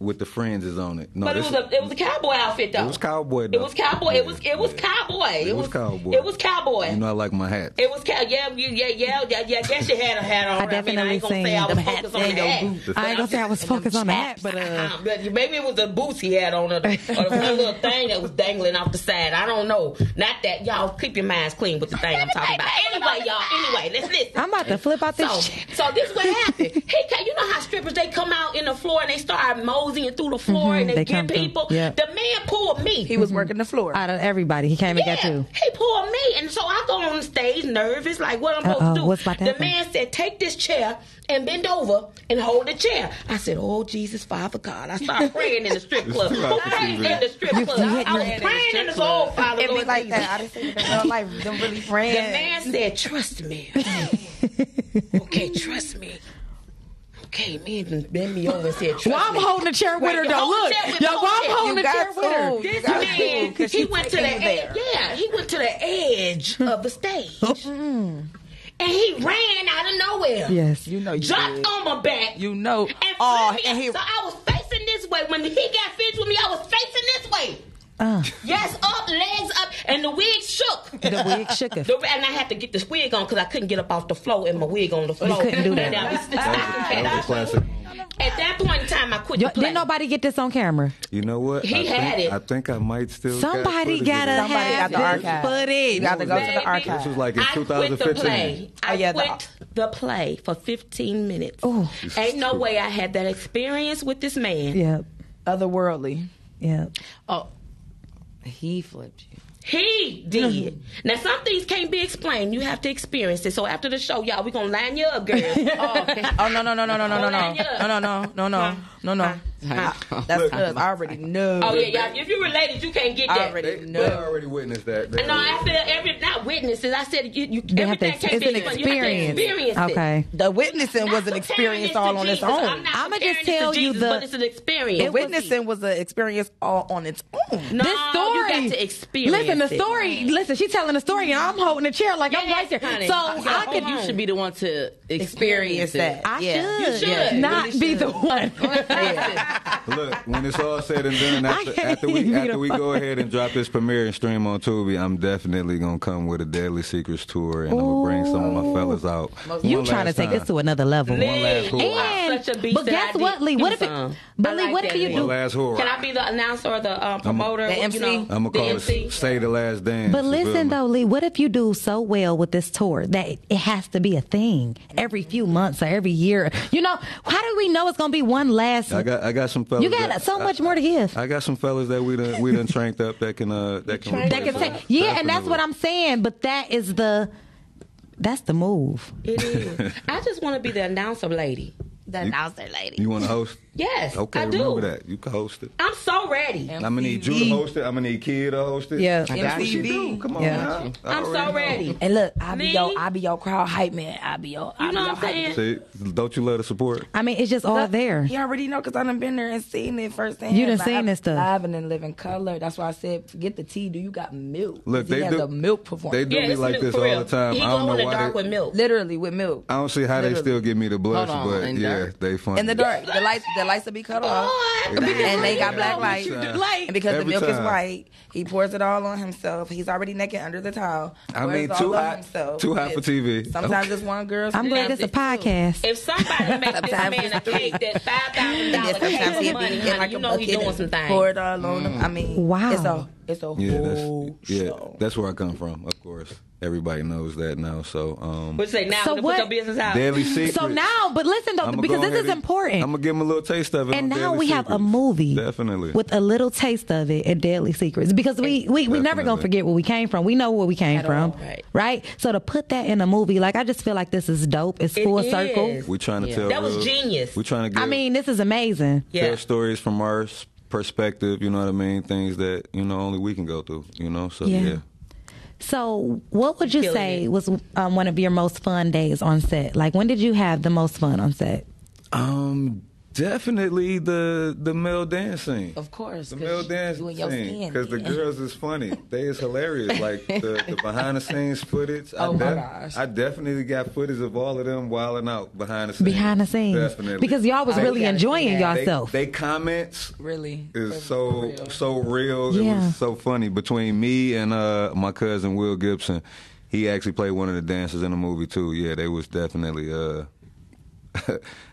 S5: with the fringes on it. No,
S12: but it
S5: this-
S12: was a it was a cowboy outfit though.
S5: It was cowboy,
S12: It
S5: though.
S12: was cowboy. It was it was cowboy.
S5: It was cowboy.
S12: It was cowboy.
S5: You know, I like my hat.
S12: It was cow. Yeah, you- yeah, yeah, yeah, yeah. I guess you had a hat on.
S11: I
S12: I, mean, I
S11: definitely
S12: ain't gonna say
S11: seen
S12: I was
S11: them hats
S12: focused on
S11: and
S12: the
S11: them
S12: hat.
S11: boots. I ain't gonna say I was focused on the hat, but, uh,
S12: but maybe it was the boots he had on, or the, or the one little thing that was dangling off the side. I don't know. Not that y'all keep your minds clean with the thing I'm talking about. Anyway, y'all. Anyway, let's listen.
S11: I'm about to flip out this
S12: So,
S11: shit.
S12: so this what happened. He, ca- you know how strippers they come out in the floor and they start moseying through the floor
S11: Mhm,
S12: and they,
S11: they come
S12: get
S11: through.
S12: people.
S11: Yeah.
S12: The man pulled me.
S13: He was working the floor.
S11: Out of everybody, he came and got you.
S12: He pulled me, and so I go on stage nervous, like what I'm supposed
S11: Uh-oh,
S12: to do.
S11: what's about to
S12: the
S11: happen?
S12: man said, "Take this chair and bend over and hold the chair." I said, "Oh Jesus, Father God!" I started praying in the strip
S13: It's
S12: club.
S13: too
S12: I
S13: hot to see,
S12: prayed
S13: man.
S12: in the strip
S13: You-
S12: club.
S13: you
S12: I
S13: hit- you-
S12: was praying in the soul, Father
S13: It be
S12: Lord
S13: like
S12: Jesus.
S13: that. I done seen it in real life. Them really friends.
S12: The man said, "Trust me." okay, trust me. Okay, man, then bend me over and said, trust
S2: Why I'm
S12: me.
S2: holding the chair with
S12: Wait,
S2: her,
S12: you
S2: though?
S12: hold the
S2: Look,
S12: chair with
S2: y'all,
S12: both
S2: why I'm
S12: hands.
S2: holding You the got chair with her? fooled. You
S12: This
S2: got
S12: man,
S2: fooled 'cause
S12: he
S2: you
S12: went to the
S2: taking you
S12: edge. Yeah, he went to the edge of the stage.
S2: Oh, mm.
S12: and he ran out of nowhere.
S11: Yes.
S13: You know you
S12: Jumped
S13: did.
S12: on my back.
S13: You know.
S12: And
S13: Oh,
S12: flipped me.
S13: and he
S12: so I was facing this way. When he got finished with me, I was facing this way.
S11: Uh.
S12: Yes, up, legs up, and the wig shook.
S11: The wig shook her.
S12: The- and I had to get this wig on because I couldn't get up off the floor and my wig on the floor.
S11: couldn't do that.
S12: And I was-
S5: That was a classic.
S12: At that point in time, I quit
S11: Yo,
S12: the play.
S11: didn't nobody get this on camera.
S5: You know what?
S12: He
S5: I
S12: had
S5: think,
S12: it.
S5: I think I might still. got
S11: Somebody
S5: footage
S11: gotta
S5: of it.
S13: Somebody got
S11: have
S13: the
S11: this
S13: archive.
S11: footage.
S13: You got to go to the
S12: Baby,
S13: archive.
S5: This was like in
S12: I quit the
S5: 2015.
S12: play. I
S13: yeah, the-
S12: quit the play for 15 minutes. Ain't no way I had that experience with this man.
S11: Yep.
S13: Otherworldly.
S11: Yep.
S14: Oh, he flipped you.
S12: He did. now some things can't be explained. You have to experience it. So after the show, y'all, we gonna line you up, girl. oh, okay.
S13: Oh no no no no no no no no no no no no no no no. I- That's us. I already know.
S12: Oh yeah, y'all. If you're related, you can't get
S13: I
S12: that.
S13: already
S5: They,
S13: know.
S5: they already witnessed that. They
S12: No, I
S5: already-
S12: said every not witnesses. I said you. you
S11: They have to
S12: everything
S11: ex-
S12: can't
S11: it's
S12: be
S11: an
S12: explained. You have to
S11: experience.
S12: experience it.
S11: Okay.
S13: The witnessing was an experience all on its
S12: Jesus. I'm
S13: own.
S12: not
S11: I'ma
S12: comparing
S11: just
S12: this to
S11: tell you
S12: Jesus,
S11: the-
S12: but it's an experience.
S13: The witnessing was an experience all on its own.
S12: No,
S11: This story.
S12: you got to experience.
S11: Listen, the
S12: it.
S11: story. Listen, she's telling the story, and I'm holding the chair like I'm
S12: Yes,
S11: right there.
S12: honey.
S11: So
S12: I
S11: I,
S12: got
S11: could.
S12: hold on.
S14: You should be the one to
S13: Experience
S14: experience,
S13: that.
S14: it.
S11: I
S14: Yeah.
S11: should,
S12: should. You
S11: not
S14: really
S11: be
S14: should.
S11: the one.
S5: Look, when it's all said and done, after,
S11: can't
S5: after we
S11: even
S5: after we go ahead and drop this premiere and stream on Tubi, I'm definitely gonna come with a Daily Secrets tour, and I'm gonna bring some of my fellas out.
S11: you
S5: One
S11: trying to
S5: last
S11: take
S5: time.
S11: this to another level.
S5: One last hoorah.
S11: And,
S12: such a beast
S11: but
S12: that
S11: guess
S12: I
S11: what,
S12: did
S11: Lee?
S12: do
S11: What if it,
S12: some. I
S11: but Lee,
S12: like
S11: what if
S12: that,
S11: you
S12: Lee.
S5: One
S11: do?
S5: last hoorah.
S12: Can I be the announcer or the um, promoter?
S13: The
S12: you
S13: MC?
S12: know,
S5: I'm
S12: the
S5: gonna call it
S12: MC.
S5: "Say the Last Dance."
S11: But
S5: You feel
S11: listen
S5: me?
S11: though, Lee, what if you do so well with this tour that it it has to be a thing every few months or every year? You know, how do we know it's gonna be one last?
S5: I got I got some fellas.
S11: You got
S5: that-
S11: so
S5: I-
S11: much more to give.
S5: I got some fellas that we done we done tranked up that can uh that can
S11: That can
S5: replace
S11: say,
S5: us.
S11: yeah, and that's what
S5: Definitely.
S11: I'm saying. But that is the, that's the move.
S12: It is. I just want to be the announcer lady. The
S5: announcer
S12: lady.
S5: You want to host?
S12: Yes,
S5: Okay,
S12: I do.
S5: remember that you can host it.
S12: I'm so ready.
S5: I'm gonna need you to host it. I'm gonna need Kid to host it.
S11: Yeah.
S5: that's what she do. Come on,
S11: Yeah.
S5: now. I
S12: I'm so
S5: already know.
S12: ready.
S13: And look, I be
S12: Me?
S13: your I be your crowd hype man. I be your I
S12: You
S13: be
S12: know
S13: your
S12: what I'm
S13: hype.
S12: saying?
S5: See, don't you love the support?
S11: I mean, it's just all there.
S13: You already know because I done been there and seen it firsthand.
S11: You done
S13: Like,
S11: seen
S13: I've
S11: this stuff.
S13: Live and in living color. That's why I said, forget the tea. Do you got milk?
S5: Look,
S13: he
S5: they
S13: has
S5: do-
S13: a milk performance.
S5: they do
S12: Yeah,
S5: me
S12: it's
S5: like
S12: milk,
S5: this
S12: for
S5: all
S12: real.
S5: the time.
S12: He
S5: I don't
S12: go in
S5: know
S12: the
S5: why.
S12: dark
S5: they,
S12: with milk.
S13: Literally with milk.
S5: I don't see how they
S13: Literally.
S5: still give me the blush,
S14: Hold on,
S5: but
S14: in
S5: yeah,
S14: dark.
S5: they funny.
S13: in the dark. The lights, the lights will be cut off, and they got black light. And because the
S5: Every
S13: milk is
S5: time.
S13: white, he pours it all on himself. He's already naked under the towel.
S5: I
S13: Pours
S5: mean,
S13: all
S5: too
S13: on
S5: hot-
S13: himself.
S5: too hot for TV.
S13: Sometimes
S5: Okay.
S13: it's one girl.
S11: I'm glad
S13: sometimes
S11: it's a podcast.
S12: If somebody makes this
S13: Sometimes
S12: man a
S13: it's three.
S12: cake that five thousand
S13: And then
S12: dollars
S13: sometimes
S12: cake
S13: he'll
S12: of
S13: be
S12: money,
S13: in
S12: honey,
S13: like
S12: you
S13: a
S12: know he
S13: bucket
S12: doing
S13: and
S12: some
S13: pour
S12: things.
S13: it all on him. I mean,
S11: Wow.
S13: it's a it's a
S5: yeah,
S11: Oh,
S13: whole
S5: that's yeah,
S13: show.
S5: that's where I come from. Of course, everybody knows that now. So, um,
S12: But say now
S11: So
S12: I'm gonna
S11: what-
S12: put your business out.
S5: Daily Secrets.
S11: uh, So now, but listen though, because this is important.
S5: I'm gonna give them a little taste of it.
S11: and
S5: on
S11: now
S5: Daily
S11: we have a
S5: Secrets.
S11: movie
S5: Definitely.
S11: with a little taste of it at Deadly Secrets because we we, we never gonna
S5: Definitely.
S11: forget where we came from. We know where we came
S12: At
S11: from,
S12: all, right.
S11: So to put that in a movie, like I just feel like this is dope. It's
S12: It
S11: full
S12: is.
S11: circle.
S5: we're trying to
S12: Yeah.
S5: tell.
S12: That was
S5: real-
S12: genius.
S5: We're trying to. Give,
S11: I mean, this is amazing.
S12: Yeah.
S5: tell stories from our s- perspective. You know what I mean? Things that you know only we can go through. You know, so
S11: Yeah.
S5: yeah.
S11: So, what would you
S12: Killing
S11: say
S12: it.
S11: was um, one of your most fun days on set? Like, when did you have the most fun on set?
S5: Um, Definitely the the male dancing.
S14: Of course.
S5: The male dance
S14: you in your skin,
S5: because the
S14: yeah.
S5: girls is funny. They is hilarious. Like the, the behind the scenes footage.
S11: Oh,
S5: I
S11: my gosh.
S5: I definitely got footage of all of them wilding out behind the scenes.
S11: Behind the scenes.
S5: Definitely.
S11: Because y'all was Oh, you really gotta see enjoying that.
S5: They-
S11: yourself.
S5: They, comments
S13: really
S5: is so so real. It
S11: Yeah.
S5: was so funny between me and uh, my cousin Will Gibson. He actually played one of the dancers in the movie too. Yeah, they was definitely uh,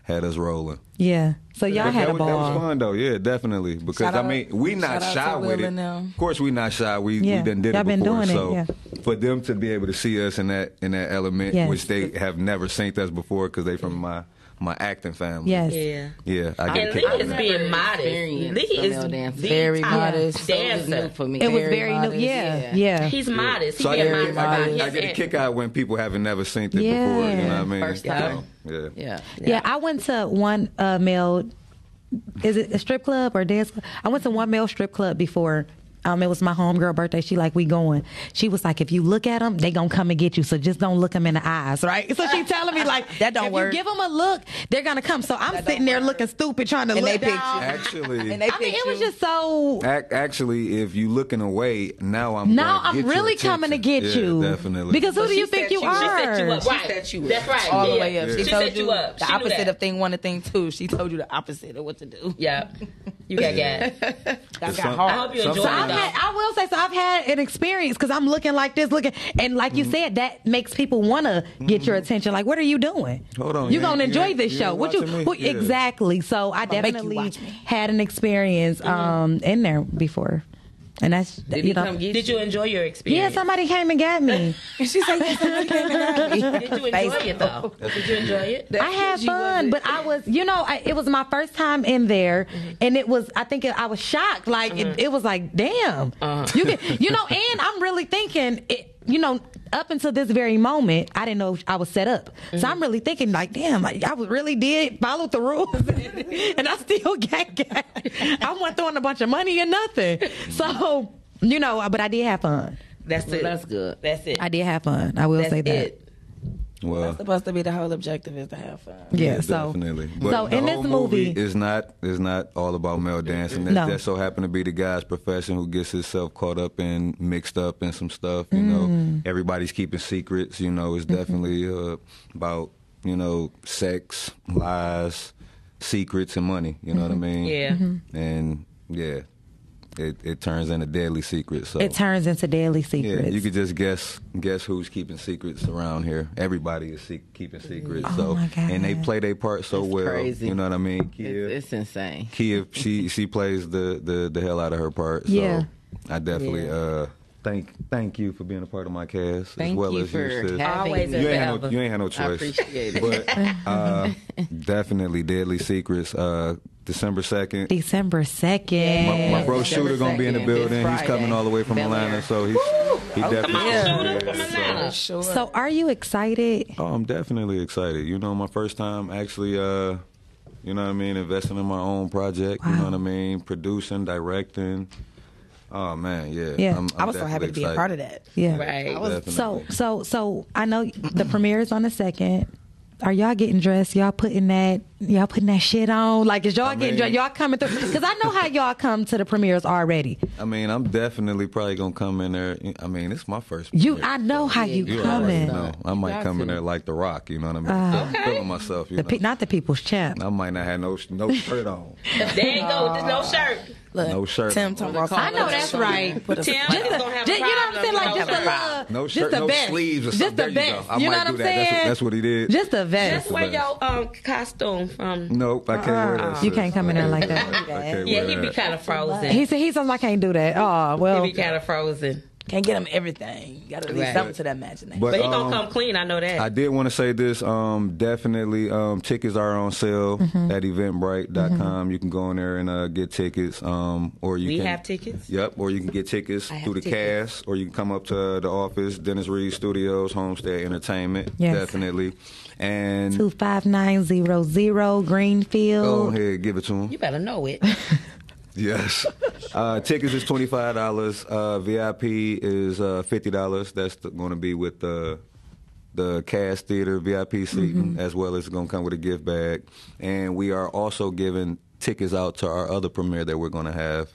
S5: had us rolling.
S11: Yeah. So y'all
S5: But
S11: had
S5: that
S11: a
S5: was, that was
S11: ball.
S5: fun though, yeah, definitely. Because
S11: Shout
S5: I
S11: out-
S5: mean, we not
S11: shout out
S5: shy
S11: to
S5: with
S11: Will
S5: it.
S11: and them.
S5: Of course, we not shy. We
S11: Yeah,
S5: we done did
S11: y'all
S5: it
S11: been
S5: before.
S11: doing it,
S5: so
S11: yeah.
S5: for them to be able to see us in that in that element,
S11: Yes.
S5: which they have never seen us before, because they from my my acting family.
S11: Yes.
S12: Yeah.
S5: yeah. I get
S12: and
S5: a kick
S12: Lee
S5: out of
S12: is
S5: that.
S12: being modest.
S14: experienced a
S12: Lee
S14: male
S12: is
S14: dancer.
S12: the
S14: Very
S12: top
S14: modest. So it was
S12: dancer.
S14: new for me.
S11: It was very new. Yeah. Yeah.
S12: He's modest. He
S5: So I
S12: being
S5: get, I,
S12: modest.
S5: get,
S12: about his
S5: I get a
S12: act.
S5: kick out when people haven't never seen it before. You know what I
S11: Yeah.
S5: mean?
S11: First
S14: time.
S5: Yeah.
S14: Yeah.
S11: Yeah. I went to one uh, male. Is it a strip club or dance? Club? I went to one male strip club before. Um, it was my homegirl birthday. She like we going. She was like, if you look at them, they gonna come and get you. So just don't look them in the eyes, right? So she telling me like, that don't if
S16: work.
S11: you give them a look, they're gonna come. So I'm sitting there looking stupid, trying to
S16: And
S11: look
S16: they picked
S11: down.
S16: you.
S5: Actually,
S11: I mean, it was just so.
S5: Ac- actually, if you looking away, now I'm
S11: Now
S5: gonna
S11: I'm
S5: get your
S11: really
S5: attention.
S11: coming to get
S5: Yeah,
S11: you.
S5: definitely.
S11: Because who
S16: So
S11: do
S16: she
S11: you think
S16: set
S11: you
S16: you-
S11: are?
S16: she set you up,
S13: She
S12: Right.
S13: set you up.
S12: That's right.
S13: All the
S12: Yeah.
S13: way up.
S12: Yeah.
S13: She,
S12: She
S13: told
S12: set
S13: you
S12: you up.
S13: the
S12: She knew
S13: opposite
S12: that.
S13: of thing one and thing two. She told you the opposite of what to do.
S12: Yeah. You got gas.
S13: That got
S5: Some-
S13: hard.
S5: I hope you
S11: So
S5: enjoy it,
S11: I've
S5: though.
S11: had, I will say, so I've had an experience because I'm looking like this, looking, and like you said, that makes people want to get your attention. Like, what are you doing?
S5: Hold on,
S11: you're
S5: you
S11: gonna
S5: ain't-
S11: enjoy
S5: you ain't-
S11: this
S5: you
S11: show.
S5: ain't
S11: What you
S5: watching me?
S11: well,
S5: Yeah.
S11: exactly? So I
S13: make you
S11: definitely
S13: watch
S11: had an experience um in there before, and that's
S12: Did,
S11: you
S12: he
S11: know.
S12: come get did you enjoy your
S11: yeah,
S12: experience?
S11: somebody came and got me. she said, yeah, somebody came and got me.
S12: Did you enjoy it though? Did you enjoy it?
S11: I had fun, but I was, you know, I, it was my first time in there,
S12: Mm-hmm.
S11: and it was. I think it, I was shocked. Like it, it was like, damn,
S12: Uh-huh.
S11: you can, you know. And I'm really thinking, it, you know, up until this very moment, I didn't know I was set up.
S12: Mm-hmm.
S11: So I'm really thinking, like, damn, I, I really did follow the rules, and I still got got. I wasn't throwing a bunch of money and nothing.
S12: Mm-hmm.
S11: So you know, but I did have fun.
S12: That's it. That's
S14: good.
S12: That's it.
S11: I did have fun. I will
S12: That's
S11: say that.
S12: it.
S5: Well,
S13: supposed to be the whole objective is to have fun.
S11: Yeah, so-
S5: definitely.
S11: so
S5: the
S11: in this
S5: whole movie,
S11: movie-
S5: is not is not all about male dancing. That,
S11: No.
S5: that so happened to be the guy's profession who gets himself caught up and mixed up in some stuff. You know,
S11: Mm. Mm-hmm.
S5: everybody's keeping secrets. You know, it's definitely uh, about you know sex, lies, secrets, and money. You know what I mean?
S11: Yeah. Mhm.
S5: And yeah, it it turns into deadly secrets. So
S11: It turns into daily secrets.
S5: yeah, you could just guess guess who's keeping secrets around here. Everybody is se- keeping secrets.
S11: Oh
S5: so
S11: my God.
S5: and they play their part so well.
S14: crazy.
S5: You know what I mean? Kia,
S14: It's, it's insane.
S5: Kia she she plays the, the the hell out of her part. So
S14: Yeah.
S5: I definitely
S14: Yeah.
S5: uh thank thank you for being a part of my cast as
S14: Thank
S5: well
S14: you
S5: as you.
S14: for
S13: Ah,
S5: sis.
S14: having Always
S5: you,
S14: me.
S5: ain't had no,
S14: forever.
S5: you ain't had
S14: I
S5: no choice.
S14: appreciate it.
S5: But uh, definitely deadly secrets. Uh, December second.
S11: December 2nd.
S5: My, my bro
S11: December
S5: Shooter gonna be in the
S11: 2nd.
S5: building. He's coming all the way from
S11: Bel Air.
S5: Atlanta, so he's he
S11: Oh,
S5: definitely.
S11: come
S5: yeah,
S11: on, Shooter,
S5: so-
S11: So are you excited?
S5: Oh, I'm definitely excited. You know, my first time actually, uh, you know what I mean, investing in my own project. You know what I mean, producing, directing. Oh man, yeah.
S11: Yeah.
S5: I'm,
S11: I was so happy to be a part of
S13: that.
S11: Yeah.
S5: Right.
S11: So so so I know the premiere is on the second. Are y'all getting dressed? Y'all putting that y'all putting that shit on? Like is y'all
S5: I
S11: getting
S5: mean-
S11: dressed? Y'all coming through? Because I know how y'all come to the premieres already.
S5: I mean, I'm definitely probably gonna come in there. I mean, it's my first.
S11: You I know how you,
S5: You already
S11: coming.
S5: know. I might come in there like the Rock. You know what I mean?
S11: Uh,
S5: I'm feeling myself. You
S11: The
S5: know.
S11: pe- not the people's champ.
S5: I might not have no no shirt on.
S12: There you go. There's no shirt.
S5: no shirt.
S13: Tim
S5: on.
S13: talking about
S11: I know that's right.
S12: Tim is gonna have a
S11: Just- you know what I'm saying? Like
S12: problem.
S11: just a little,
S5: No
S11: just
S5: shirt,
S11: the
S5: no
S11: vest.
S5: sleeves or
S11: Just
S5: something.
S11: the
S5: There you
S11: vest.
S5: go. I
S11: You
S5: might
S11: know what
S5: do
S11: I'm
S5: that. That's what-
S11: saying?
S5: That's what he did.
S11: Just a vest.
S12: Just wear your um costume from.
S5: Nope, I can't wear that.
S11: You
S5: sis.
S11: can't come in there like
S5: I
S11: that.
S5: can't
S12: Yeah,
S5: wear
S12: he be
S5: that.
S12: kind of frozen.
S11: He said he said I can't do that. Oh well.
S12: he be kind of frozen.
S13: Can't get him everything. You gotta leave
S5: Right.
S13: something to that imagination.
S5: But,
S12: But, he gonna
S5: um,
S12: come clean. I know that.
S5: I did want to say this. Um, definitely, um, tickets are on sale
S11: Mm-hmm.
S12: Mhm.
S5: at eventbrite.com. You can go in there and uh, get tickets. Um, or you
S12: We
S5: can,
S12: have tickets?
S5: Yep. Or you can get tickets
S12: I have
S5: through the
S12: tickets.
S5: cast, or you can come up to the office, Dennis Reed Studios, Homestead Entertainment.
S11: Yes.
S5: Definitely. And
S11: Two five nine zero zero
S5: go
S11: Greenfield.
S5: ahead, give it to them.
S12: you better know it.
S5: Yes. Uh, tickets is twenty five dollars. Uh, VIP is uh, fifty dollars. That's going to be with uh, the Cass Theater VIP seating, as well as going to come with a gift bag. And we are also giving tickets out to our other premiere that we're going to have.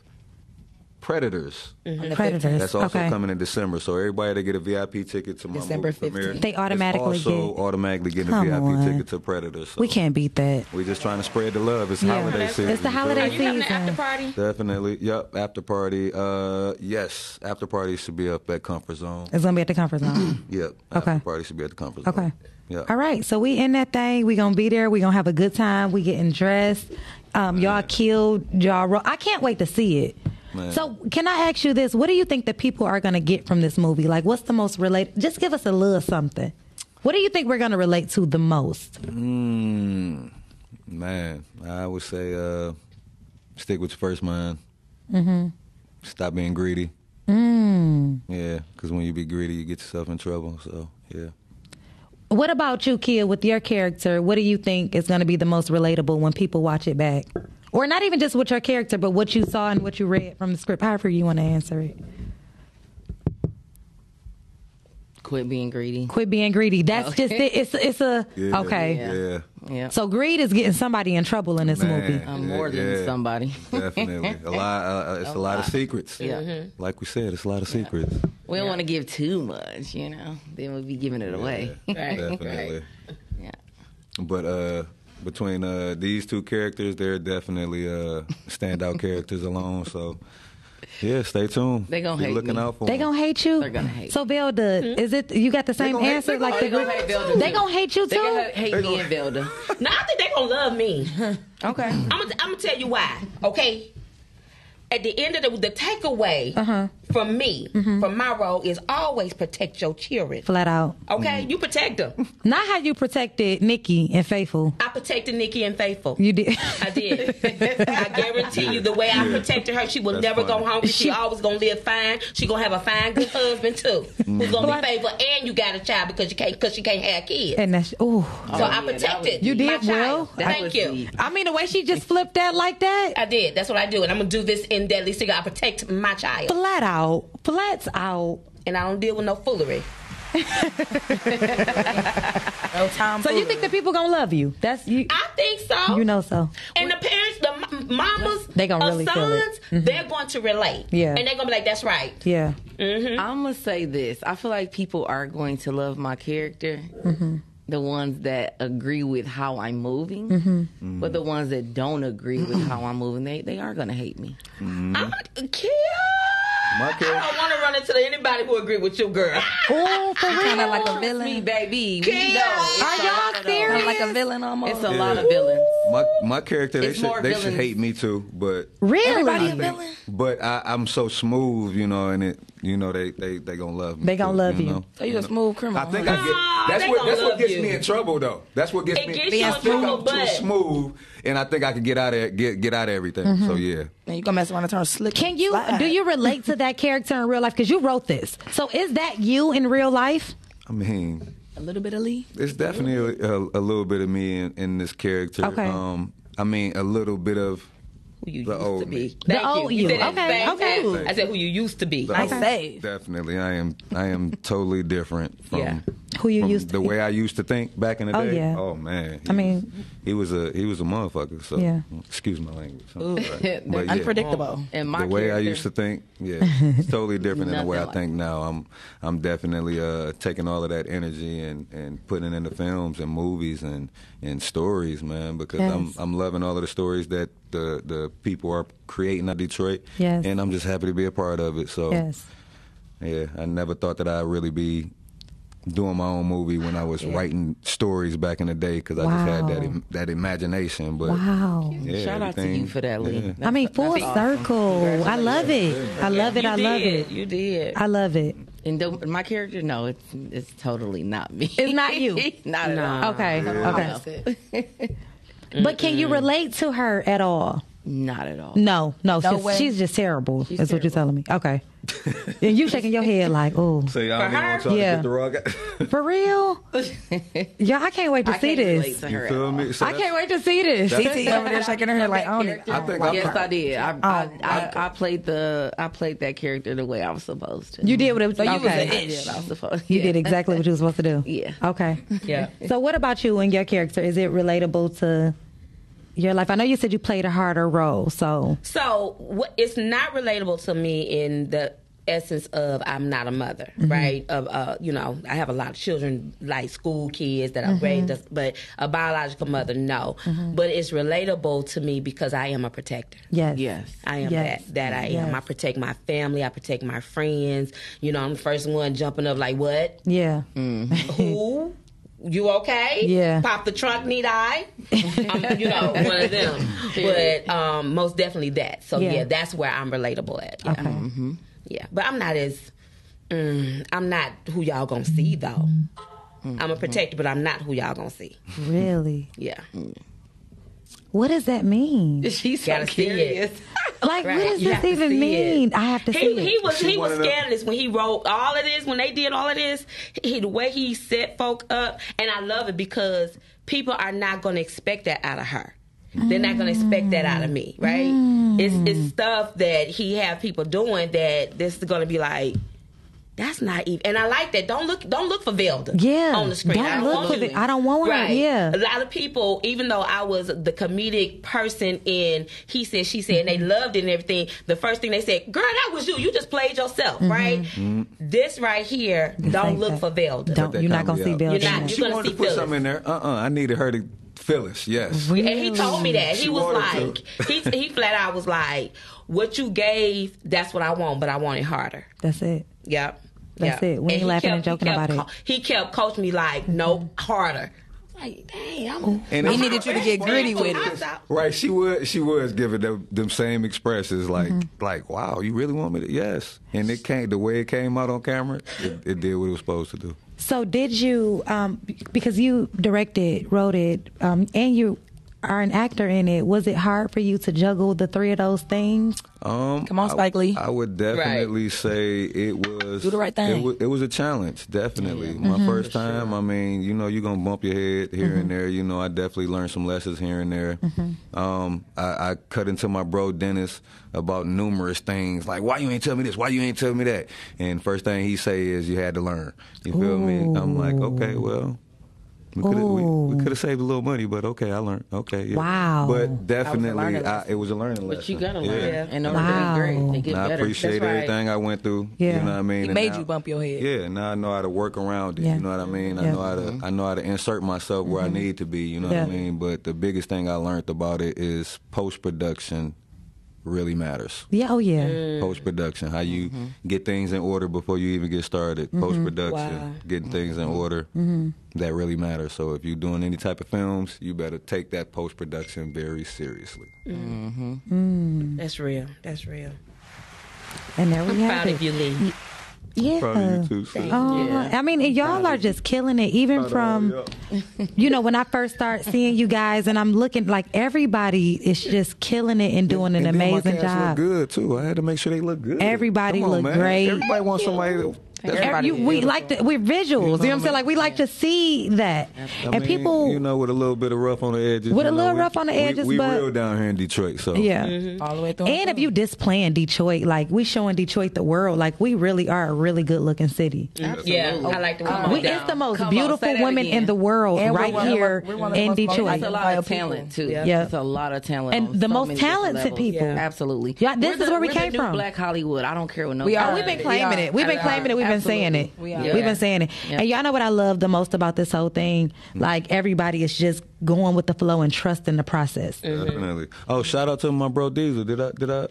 S5: Predators.
S13: Mm-hmm.
S11: On the Predators, 15th.
S5: That's also
S11: okay.
S5: coming in December. So everybody that get a VIP ticket to my
S11: December
S5: movie premiere
S11: 15th. They
S5: is
S11: automatically
S5: also
S11: get-
S5: automatically get a
S11: Come
S5: VIP
S11: on.
S5: ticket to Predators. So
S11: We can't beat that.
S5: we're just trying to spread the love. It's
S11: Yeah.
S5: holiday
S11: It's
S5: season.
S11: the holiday Are you having an season. after
S12: party?
S5: Definitely. Yep. After party. Uh, yes. After party should be up at Comfort Zone.
S11: It's gonna be at the comfort zone.
S5: Yep.
S11: Okay.
S5: After party should be at the Comfort Zone.
S11: Okay.
S5: Yeah.
S11: All right, so we in that thing. We gonna be there. We gonna have a good time. We getting dressed. Um, y'all killed. Y'all. Ro- I can't wait to see it.
S5: Man.
S11: So, can I ask you this? What do you think the people are gonna get from this movie? Like, what's the most relate? Just give us a little something. What do you think we're gonna relate to the most?
S5: Mm, man, I would say uh, stick with your first mind.
S11: Mm-hmm.
S5: Stop being greedy.
S11: Mm.
S5: Yeah, because when you be greedy, you get yourself in trouble. So yeah.
S11: What about you, Kia, with your character? What do you think is going to be the most relatable when people watch it back? Or not even just with your character, but what you saw and what you read from the script, however you want to answer it.
S14: Quit being greedy.
S11: Quit being greedy. That's
S14: Okay.
S11: just it. It's, it's a,
S14: Yeah,
S11: okay.
S5: Yeah.
S14: Yeah.
S11: So greed is getting somebody in trouble in this
S5: Man,
S11: movie.
S14: I'm more than somebody.
S5: Definitely. A lot. Uh, uh, it's a,
S14: A
S5: lot
S14: lot.
S5: of secrets.
S14: Yeah. Mhm.
S5: Like we said, it's a lot of secrets.
S14: We don't want to give too much, you know. Then we'll be giving it away.
S5: Definitely.
S14: Yeah.
S5: But uh, between uh, these two characters, they're definitely uh, standout characters alone. So yeah, stay tuned.
S14: They gonna
S5: Be
S14: hate
S5: looking
S14: me.
S5: out for
S11: They
S5: 'em.
S11: gonna hate you.
S14: They're gonna hate.
S11: So Belda,
S14: Mm-hmm.
S11: is it you got the
S14: They
S11: same
S14: gonna hate-
S11: answer?
S14: they
S11: like
S14: gonna- they
S11: the
S14: gonna hate Belda, too.
S11: they gonna hate you too.
S14: They gonna ha- hate They me gonna- and Belda.
S12: No, I think they gonna love me.
S14: okay.
S12: I'm gonna I'm gonna tell you why. Okay. At the end of the, the takeaway from me, from my role, is always protect your children.
S11: Flat out.
S12: Okay,
S5: Mm-hmm.
S12: you protect them.
S11: Not how you protected Nikki and Faithful.
S12: I protected Nikki and Faithful.
S11: You did.
S12: I did. I guarantee you, the way I protected her, she was never
S11: funny.
S12: go hungry. She, always gonna live fine. She gonna have a fine, good husband too, who's gonna be faithful. And you got a child because you can't because she can't have kids.
S11: And that's ooh.
S12: So I protected.
S11: You
S12: my
S11: did
S12: child.
S11: well.
S12: Thank you.
S11: I mean, the way she just flipped that like that,
S12: I did. That's what I do, and I'm gonna do this in deadly secret. I protect my child,
S11: flat out, flats out.
S12: and I don't deal with no foolery.
S13: no time.
S11: So you think the people gonna love you? That's you.
S12: I think so.
S11: You know so.
S12: And the parents, the m- mamas,
S11: They gonna
S12: of
S11: really
S12: sons,
S11: feel it.
S12: they're going to relate.
S14: Yeah.
S12: and they're gonna be like, "That's right."
S11: Yeah.
S14: I'm gonna say this. I feel like people are going to love my character.
S11: Mhm.
S14: The ones that agree with how I'm moving,
S11: Mhm.
S5: Mm-hmm.
S14: but the ones that don't agree with how I'm moving, they they are gonna hate me.
S12: I'm a kid.
S5: Mm-hmm. My
S12: I don't want to run into anybody who agree with you, girl.
S11: Oh, for real.
S14: Kind of like a villain, me, baby. We
S12: Kill.
S14: know. It's
S12: Are
S14: a
S12: y'all
S14: lot of-
S12: serious?
S14: I'm Like a villain almost. It's a
S5: Yeah.
S14: lot of villains.
S5: My my character, they
S14: It's
S5: should
S14: more
S5: they should
S14: villains.
S5: hate me too, but
S11: Really?
S5: I think- But I, I'm so smooth, you know, and it, you know, they they they gonna love me.
S11: They gonna
S5: too,
S11: love you.
S14: Oh,
S5: know?
S13: So you a smooth criminal.
S5: I think I
S13: huh?
S5: get. That's
S13: Ah, they
S5: what
S13: gonna
S5: that's what
S13: love
S5: gets
S13: you.
S5: me in trouble though. That's what gets
S13: It
S5: me.
S13: gets
S5: I
S13: you in
S5: think
S13: trouble,
S5: I'm
S13: but-
S5: too smooth, and I think I can get out of get get out of everything.
S11: Mhm.
S5: So yeah,
S13: And you gonna mess around and turn slick.
S11: Can you do you relate to that character in real life? Because you wrote this. So is that you in real life?
S5: I mean,
S13: a little bit of Lee?
S5: it's definitely a, a little bit of me in, in this character.
S11: Okay.
S5: Um, I mean, a little bit of who you the old to be.
S12: Thank
S11: The old you.
S12: said it
S11: Okay,
S12: fast.
S11: okay.
S12: I said who you used to be.
S5: Oh, Definitely, I am. I am totally different from
S12: Yeah.
S11: Who you
S5: from
S11: used to
S5: the way I used to think back in the
S11: Oh,
S5: day.
S11: yeah.
S5: Oh man.
S11: I mean,
S5: he was a he was a motherfucker. So
S11: Yeah.
S5: excuse my language. I'm
S14: Ooh.
S5: sorry.
S14: They're
S5: But yeah.
S14: unpredictable. And my
S5: the way I
S14: character-
S5: used to think, yeah, it's totally different than the way I
S14: Nothing like
S5: think now. I'm I'm definitely uh, taking all of that energy and, and putting it into films and movies and, and stories, man. Because I'm
S11: Yes.
S5: I'm loving all of the stories that the the people are creating at Detroit.
S11: Yes.
S5: And I'm just happy to be a part of it. So
S11: Yes.
S5: yeah, I never thought that I'd really be doing my own movie when I was
S11: Yeah.
S5: writing stories back in the day because I just had that
S11: Wow.
S5: im- that imagination. But
S11: Wow.
S5: yeah,
S14: Shout out to you
S5: everything-
S14: for that, Lee.
S5: yeah.
S11: I mean, full circle. I love it. I love it.
S14: You
S11: I
S14: did.
S11: love it.
S14: You did.
S11: I love it.
S14: And the, my character, no, it's it's totally not me.
S11: It's not you.
S14: not at
S11: Nah.
S14: all.
S11: Okay, Yeah.
S14: Okay.
S11: But can you relate to her at all?
S14: Not at all.
S11: No, no.
S14: No
S11: she's,
S14: way.
S11: she's just terrible.
S14: She's
S11: is what you're telling me. Okay. and you shaking your head like, oh.
S5: So y'all ain't gonna try to get the rug out.
S11: For real? yeah, I can't wait to
S5: I
S11: see
S5: can't
S11: this.
S5: relate to her You feel at all. me? So
S11: I
S5: that's-
S11: can't wait to see this.
S5: that's-
S11: She's over there shaking her head like, I don't
S5: I think I'm-
S14: yes, I did. I, I,
S11: Oh,
S14: I, I played the I played that character the way I was supposed to.
S11: You did what it was.
S14: So you was
S11: okay.
S14: an idiot. I did what I was supposed
S11: You did exactly what you were supposed to do. Yeah. Okay.
S14: Yeah.
S11: So, what about you and your character? Is it relatable to your life? I know you said you played a harder role, so
S12: So what, it's not relatable to me in the essence of I'm not a mother,
S11: Mhm.
S12: right? Of uh, you know, I have a lot of children, like school kids that
S11: Mm-hmm.
S16: Mhm.
S12: I raised, us- but a biological mother, no.
S16: Mhm.
S12: But it's relatable to me because I am a protector.
S11: Yes. Yes.
S12: I am
S11: Yes.
S12: that. That I
S11: Yes.
S12: am. I protect my family. I protect my friends. You know, I'm the first one jumping up like, what?
S11: yeah.
S12: Mm, Who? You okay?
S11: Yeah.
S12: Pop the trunk, need I? I'm, you know, one of them. But um, most definitely that. So
S11: Yeah.
S12: yeah. that's where I'm relatable at. Yeah.
S11: Okay.
S12: Yeah. But I'm not as. Mm, I'm not who y'all gonna see though.
S11: Mm-hmm.
S12: I'm a protector, but I'm not who y'all gonna see.
S11: Really?
S12: Yeah.
S11: What does that mean?
S14: She's
S12: gotta see it.
S11: Like,
S12: Right.
S11: what does
S12: You
S11: this
S12: have to
S11: even
S12: see it.
S11: mean? I have to
S12: he,
S11: see it.
S12: he was he was scared of this when he wrote all of this when they did all of this he, the way he set folk up and I love it because people are not going to expect that out of her they're not going to expect that out of me right
S11: Mm.
S12: it's it's stuff that he have people doing that this is going to be like that's not even and I like that don't look don't look for Velda
S11: Yeah.
S12: on the screen
S11: Don't
S12: I don't
S11: look
S12: want
S11: for
S12: you.
S11: Ve- I don't want her.
S12: right.
S11: Yeah.
S12: a lot of people, even though I was the comedic person in He Said, She Said, and
S11: Mm-hmm.
S12: they loved it and everything, the first thing they said, girl, that was you. You just played yourself,
S11: Mm-hmm.
S12: right? This right here, don't look for Velda.
S11: Don't-
S5: That
S11: you're not gonna
S5: comedy
S11: see
S5: out.
S11: Bill
S12: You're not-
S5: She
S12: you're gonna
S5: wanted
S12: see
S5: to put
S12: Phyllis.
S5: something in there. Uh uh I needed her to Phyllis. Yes.
S12: And he told me that. He
S11: Mm-hmm.
S5: She
S12: was
S5: wanted
S12: like, he, he flat out was like, what you gave, that's what I want, but I want it harder.
S11: That's it.
S12: Yep.
S11: That's
S12: Yep.
S11: it. We ain't
S12: he
S11: laughing and
S12: kept- he
S11: joking
S12: kept
S11: about it. Mm-hmm.
S12: co- He kept coaching me like, no, harder. Like, dang, I'm
S5: And
S12: I'm
S5: it's-
S12: not
S5: He needed you to
S12: ready
S5: get
S12: for
S5: gritty
S12: this.
S5: with
S12: I'm out.
S5: Right, she was she was giving them, them same expressions like
S11: Mm-hmm.
S5: like wow, you really want me to yes, and it came the way it came out on camera, it, it did what it was supposed to do.
S11: So did you? Um, b- because you directed, wrote it, um, and you are an actor in it. Was it hard for you to juggle the three of those things?
S5: Um,
S11: Come on,
S5: I-
S11: Spike Lee.
S5: I would definitely say it was
S11: Do the right
S5: It
S11: thing.
S5: was, it was a challenge, definitely. My
S11: Mhm.
S5: first time. I mean, you know, you're gonna bump your head here
S11: Mm-hmm.
S5: and there. You know, I definitely learned some lessons here and there. Um, I, I cut into my bro Dennis about numerous things, like why you ain't tell me this, why you ain't tell me that, and first thing he say is you had to learn. You feel me? I'm like, okay, well. We could have we, we coulda saved a little money, but okay, I learned. Okay, yeah.
S11: Wow. That was
S5: But
S11: a
S5: definitely,
S11: learning
S5: I, it was a learning lesson.
S14: But you gotta
S5: Yeah.
S14: learn in order
S11: Wow.
S14: to be great and get
S5: And I
S14: better.
S5: appreciate
S14: That's right.
S5: everything I went through.
S11: Yeah.
S5: You know what I mean?
S11: It
S5: And
S11: made
S5: now-
S11: you bump your head.
S5: Yeah, now I know how to work around it.
S11: Yeah.
S5: You know what I mean?
S11: Yeah.
S5: I
S11: Mm-hmm.
S5: know how to I know how to insert myself where I need to be, you know
S11: Yeah.
S5: what I mean? But the biggest thing I learned about it is post production really matters.
S11: Yeah. Oh yeah.
S12: Mm.
S5: Post production, how you get things in order before you even get started.
S11: Mhm.
S5: Post production,
S11: Wow.
S5: getting things in order.
S11: Mhm.
S5: That really matters. So if you're doing any type of films, you better take that post production very seriously.
S12: Mm. That's real. That's real.
S11: And there we
S12: I'm
S11: have
S12: proud
S11: it.
S12: of you, Lee.
S11: Yeah.
S5: Proud of you too, sis.
S11: Oh, I mean, and y'all are just killing it. Even from, you know, when I first start seeing you guys, and I'm looking like everybody is just killing it and doing an
S5: And then
S11: amazing
S5: my cats
S11: job.
S5: Look good too. I had to make sure they look good.
S11: Everybody
S5: Come on,
S11: look
S5: man.
S11: great.
S5: Everybody wants somebody. To, that's
S11: Every- you- we like to, we're visuals. You know what I'm saying? Like we like to see that,
S5: I
S11: and
S5: mean,
S11: people.
S5: you know, with a little bit of rough on the edges.
S11: With a
S5: you know,
S11: little
S5: we-
S11: rough on the
S5: we-
S11: edges,
S5: we,
S11: but-
S5: real down here in Detroit. So
S11: Yeah,
S12: Mm-hmm.
S13: all the way through.
S11: and if you displaying Detroit, like we showing Detroit the world, like we really are a really good looking city.
S12: Yeah, I like the
S11: We, it's the most beautiful women in the world
S14: And we're
S11: right
S14: one of-
S11: here
S14: we're one of the
S11: in
S14: most
S11: Detroit.
S14: motivated That's a lot of talent too.
S11: Yeah.
S14: Yeah.
S11: Yeah.
S14: It's a lot of talent.
S11: And
S14: on
S11: the
S14: so
S11: most
S14: many different
S11: talented
S14: levels.
S11: people.
S14: Yeah, absolutely.
S11: Yeah, this
S14: We're
S11: is where we
S14: we're
S11: came
S14: the new
S11: from.
S14: Black Hollywood. I don't care what no.
S11: We are. We've been claiming it. We've been claiming it. We've been saying it.
S14: We
S11: We
S14: are.
S11: have been saying it.
S14: Yeah. Mm.
S11: And y'all know what I love the most about this whole thing? Like everybody is just going with the flow and trusting the process.
S14: Mm.
S5: definitely. Oh, shout out to my bro Diesel. Did I? Did I?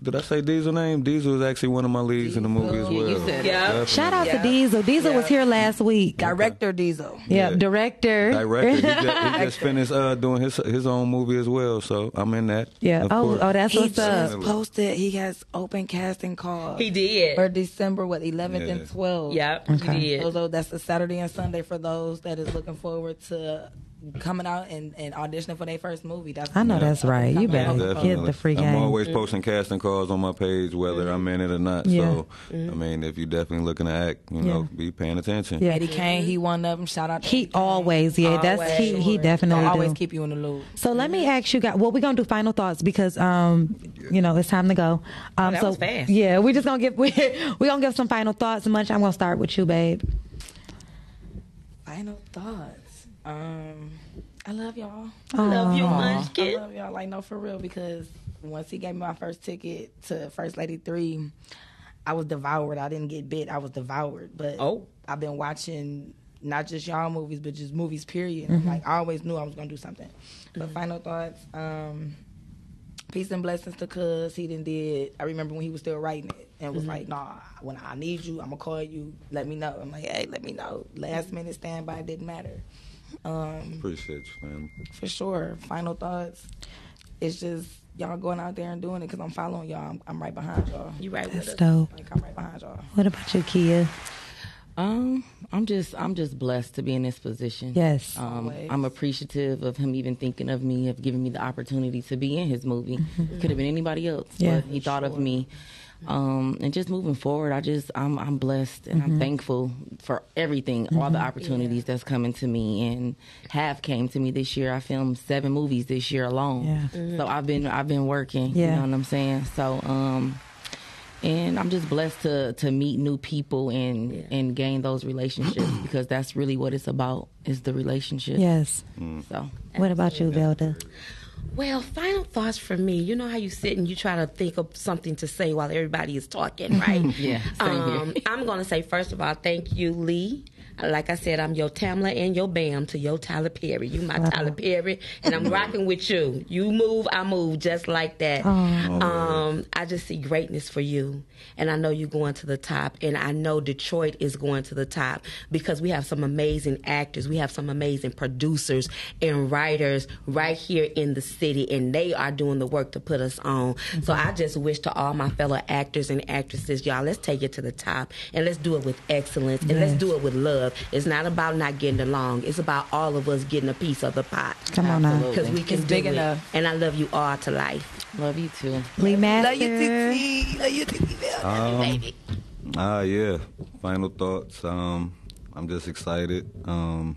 S5: Did I say Diesel name? Diesel is actually one of my leads in the movie as well. Definitely.
S11: Shout out to Diesel. Diesel was here last week.
S13: Director Diesel.
S11: Yeah, director.
S5: Director. He just, he just finished uh, doing his his own movie as well, so I'm in that.
S11: Yeah.
S5: Of
S11: Oh,
S5: course.
S11: oh, that's
S13: He
S11: what's
S13: just
S11: up.
S13: posted. He has open casting calls.
S12: He did
S13: for December what 11th and
S12: Yeah.
S13: 12th.
S12: Yep, he Okay. did.
S13: So tho- that's a Saturday and Sunday for those that is looking forward to coming out and, and auditioning for their first movie. That's
S11: I know that's right. You better get the free
S5: I'm
S11: game.
S5: always posting casting calls on my page, whether I'm in it or not.
S11: Yeah. Mm-hmm.
S5: So, I mean, if you're definitely looking to act, you know, be paying attention.
S13: Eddie Kane, he one of them. Shout out. to
S11: He always, yeah, that's he. He
S13: Always.
S11: definitely
S13: They always
S11: do.
S13: keep you in the loop.
S11: So let me ask you guys. Well, we're gonna do final thoughts because um, you know, it's time to go. Um,
S13: that
S11: so
S13: was fast.
S11: yeah, we're just gonna give we we gonna give some final thoughts. Munch, I'm gonna start with you, babe.
S13: Final thoughts. Um, I love y'all.
S11: I love you,
S13: Aw.
S11: Munchkin.
S13: I love y'all. Like no, for real, because once he gave me my first ticket to First Lady Three, I was devoured. I didn't get bit. I was devoured. But
S4: Oh.
S13: I've been watching not just y'all movies, but just movies. Period.
S4: Mhm.
S13: Like I always knew I was gonna do something. But final thoughts. Um, peace and blessings to Cuz. He didn't did. I remember when he was still writing it and was
S4: Mhm.
S13: like, "Nah, when I need you, I'm gonna call you. Let me know." I'm like, "Hey, let me know." Last minute standby didn't matter. Um,
S5: Appreciate you, man.
S13: for sure. Final thoughts. It's just y'all going out there and doing it because I'm following y'all. I'm, I'm right behind y'all. You right
S11: That's dope.
S13: Like I'm right behind y'all.
S11: What about you, Kia?
S12: Um, I'm just I'm just blessed to be in this position.
S11: Yes.
S12: Um,
S11: Always.
S12: I'm appreciative of him even thinking of me, of giving me the opportunity to be in his movie. Could have been anybody else,
S11: Mm-hmm. Yeah.
S12: but he thought of me. Um, and just moving forward, I just I'm I'm blessed and
S11: Mhm.
S12: I'm thankful for everything, all
S11: Mm-hmm.
S12: the opportunities that's coming to me and have came to me this year. I filmed seven movies this year alone.
S11: Yeah.
S12: So I've been I've been working. You
S11: Yeah.
S12: know what I'm saying? So um and I'm just blessed to to meet new people and and gain those relationships because that's really what it's about is the relationship.
S11: Yes.
S12: So
S11: What about you, Velda?
S4: Well, final thoughts for me. You know how you sit and you try to think of something to say while everybody is talking, right?
S12: Yeah, same here.
S4: Um, I'm going to say, first of all, thank you, Lee. Like I said, I'm your Tamla and your Bam to your Tyler Perry. You my
S11: Wow.
S4: Tyler Perry, and I'm rocking with you. You move, I move, just like that.
S11: Oh.
S5: Oh,
S11: Aw.
S4: Um, I just see greatness for you, and I know you're going to the top, and I know Detroit is going to the top because we have some amazing actors, we have some amazing producers and writers right here in the city, and they are doing the work to put us on. So
S12: Mm-hmm.
S4: I just wish to all my fellow actors and actresses, y'all, let's take it to the top and let's do it with excellence and let's
S11: Yes.
S4: do it with love. It's not about not getting along; it's about all of us getting a piece of the pot.
S11: Come on now. Absolutely.
S4: because we can
S11: It's
S4: do
S11: big
S4: it.
S11: enough.
S4: And I love you all to life.
S12: Love you too.
S11: Lee Master.
S5: Um, ah, yeah. Final thoughts. Um, I'm just excited. Um,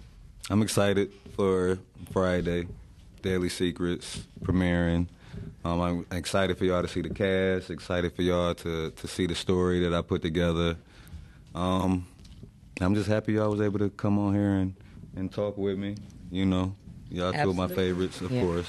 S5: I'm excited for Friday, Daily Secrets premiering. Um, I'm excited for y'all to see the cast. Excited for y'all to to see the story that I put together. Um, I'm just happy y'all was able to come on here and and talk with me. You know, y'all two of my
S4: Absolutely.
S5: favorites, of
S4: Yeah.
S5: course.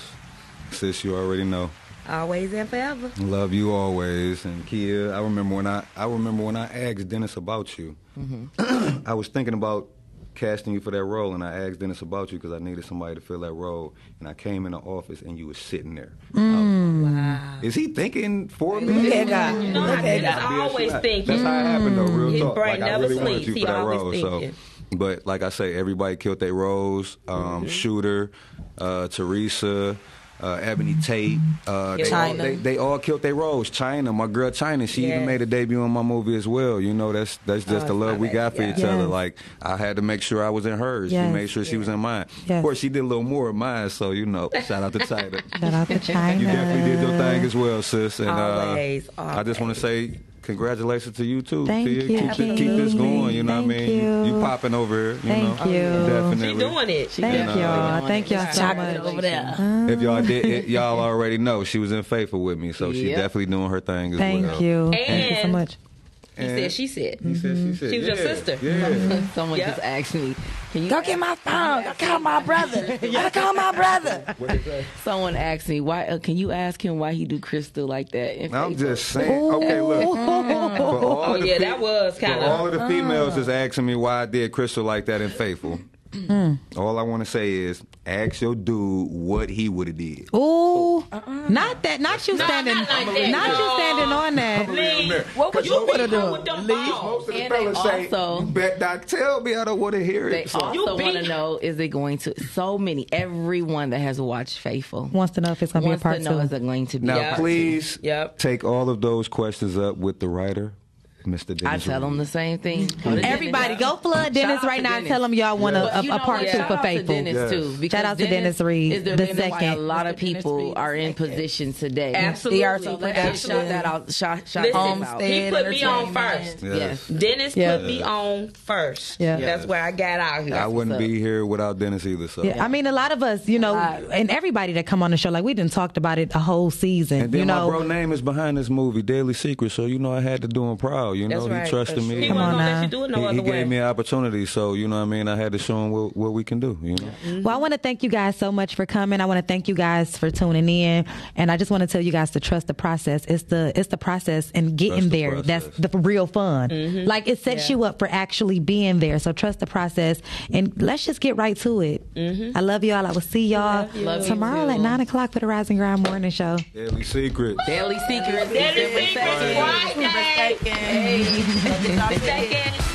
S5: Sis, you already know.
S4: Always and forever.
S5: Love you always, and Kia. I remember when I I remember when I asked Dennis about you.
S4: Mm-hmm.
S5: I was thinking about casting you for that role, and I asked Dennis about you because I needed somebody to fill that role. And I came in the office, and you were sitting there. Wow. Is he thinking for me?
S4: Mm. Look at God. You know how Dennis always thinking.
S5: That's how it happened, though. Real
S4: His
S5: talk.
S4: brain
S5: like, I
S4: never
S5: really wanted
S4: sleeps.
S5: you
S4: He
S5: for that
S4: always
S5: role.
S4: thinking. Mm-hmm.
S5: So, but like I say, everybody killed their roles. Um, Shooter, uh, Teresa. Uh, Ebony Tate, uh, they, all,
S4: China.
S5: they, they all killed their roles. China, my girl China, she even
S4: Yes.
S5: made a debut in my movie as well. You know, that's that's just
S4: Oh,
S5: the
S4: it's
S5: love
S4: my
S5: we
S4: baby,
S5: got for
S4: yeah.
S5: each other.
S4: Yes.
S5: Like I had to make sure I was in hers. She
S11: Yes.
S5: made sure she was in mine.
S11: Yes.
S5: Of course, she did a little more of mine. So you know, shout out to China.
S11: Shout out to China.
S5: You definitely did your thing as well, sis. And
S4: Always,
S5: uh, I just want to say congratulations to you too.
S11: Thank
S5: Tia.
S11: you,
S5: Keep, it- keep this
S11: King.
S5: going. You know what I
S11: Thank
S5: mean? You,
S11: you.
S5: popping over here. You
S11: Thank
S5: know?
S11: you.
S5: Definitely.
S4: She doing it. She
S11: Thank
S5: definitely
S11: y'all.
S5: doing it.
S11: Thank y'all so much.
S4: over there.
S5: If y'all did, it, y'all already know she was in faithful with me, so she
S4: Yep.
S5: definitely doing her thing as
S11: Thank
S5: well.
S11: you.
S4: And-
S11: Thank you so much.
S4: He said, she said.
S5: He said, she said.
S4: Mm-hmm. She was
S5: yeah,
S4: your sister.
S5: Yeah.
S12: Someone
S4: Yep.
S12: just asked me, "Can you
S13: Go get my phone. Go call my brother. I call my brother.
S12: Someone asked me, "Why uh, can you ask him why he do crystal like that?" in
S5: I'm
S12: Facebook?
S5: just saying. Okay, look. For all
S4: Oh,
S5: the
S4: yeah,
S5: pe-
S4: that was Ah.
S5: for
S4: kind
S5: all
S4: of.
S5: the females that's asking me why I did Crystal like that in Faithful,
S4: Mm.
S5: all I want to say is ask your dude what he would have did.
S11: Ooh, not that, not you
S4: No,
S11: standing,
S4: not like that,
S11: not you
S4: no.
S11: standing on that.
S4: What would you be doing with them
S5: Most of
S4: balls?
S5: the
S12: And they
S5: fellas say,
S12: also-
S5: you bet not tell me. I don't want to hear
S12: They
S5: it. So,
S12: also
S4: You
S12: want to
S4: beat-
S12: know is it going to so many everyone that has watched Faithful
S11: Wants to know if it's gonna
S12: wants
S11: be a part
S12: to know
S11: two.
S12: is it going to be
S5: now,
S12: a part two?
S5: please
S4: Yep.
S5: take all of those questions up with the writer Mr.
S12: I
S5: Dennis.
S12: tell them the same thing.
S11: Everybody, go flood Dennis right now and tell him y'all want a,
S12: But you
S11: a, a
S12: know
S11: part
S12: what?
S11: two
S12: Shout
S11: for
S12: out to
S11: Faithful.
S12: Dennis, too, because
S11: Shout out to Dennis Reed,
S12: is the
S11: the
S12: reason why
S11: second.
S12: a lot of people are in position today.
S13: Absolutely.
S12: DRT
S13: So let's
S12: Productions.
S13: shout
S12: Shout that out. Shout, shout
S13: Listen,
S12: them out.
S13: he put me on first.
S12: Yes.
S13: Dennis
S11: Yeah.
S13: put me on first.
S11: Yeah.
S13: That's where I got out here.
S5: I wouldn't be here without Dennis either. So
S11: Yeah, I mean, a lot of us, you know, and everybody that come on the show, like we didn't talked about it a whole season.
S5: And then
S11: you know,
S5: my bro name is behind this movie, Daily Secret. So you know I had to do him proud. You
S11: That's
S5: know
S11: right.
S5: he trusted
S11: That's
S5: me.
S11: true. He Come wasn't on gonna let now. you do it no
S5: He- he
S11: other way.
S5: gave me an opportunity. So you know what I mean. I had to show him what, what we can do. You know.
S11: Well, I want to thank you guys so much for coming. I want to thank you guys for tuning in, and I just want to tell you guys to trust the process. It's the it's the process and getting
S5: Trust the
S11: there
S5: process.
S11: that's the real fun.
S12: Mm-hmm.
S5: Mhm.
S11: Like it sets
S5: Yeah.
S11: you up for actually being there. So trust the process, and let's just get right to it. I love y'all. I will see y'all
S12: you. Mm-hmm. Love you
S11: tomorrow
S12: too.
S11: at nine o'clock for the Rising Ground Morning Show.
S5: Daily Secret.
S12: Daily Secret.
S13: Daily Secret Friday. Hey. Second.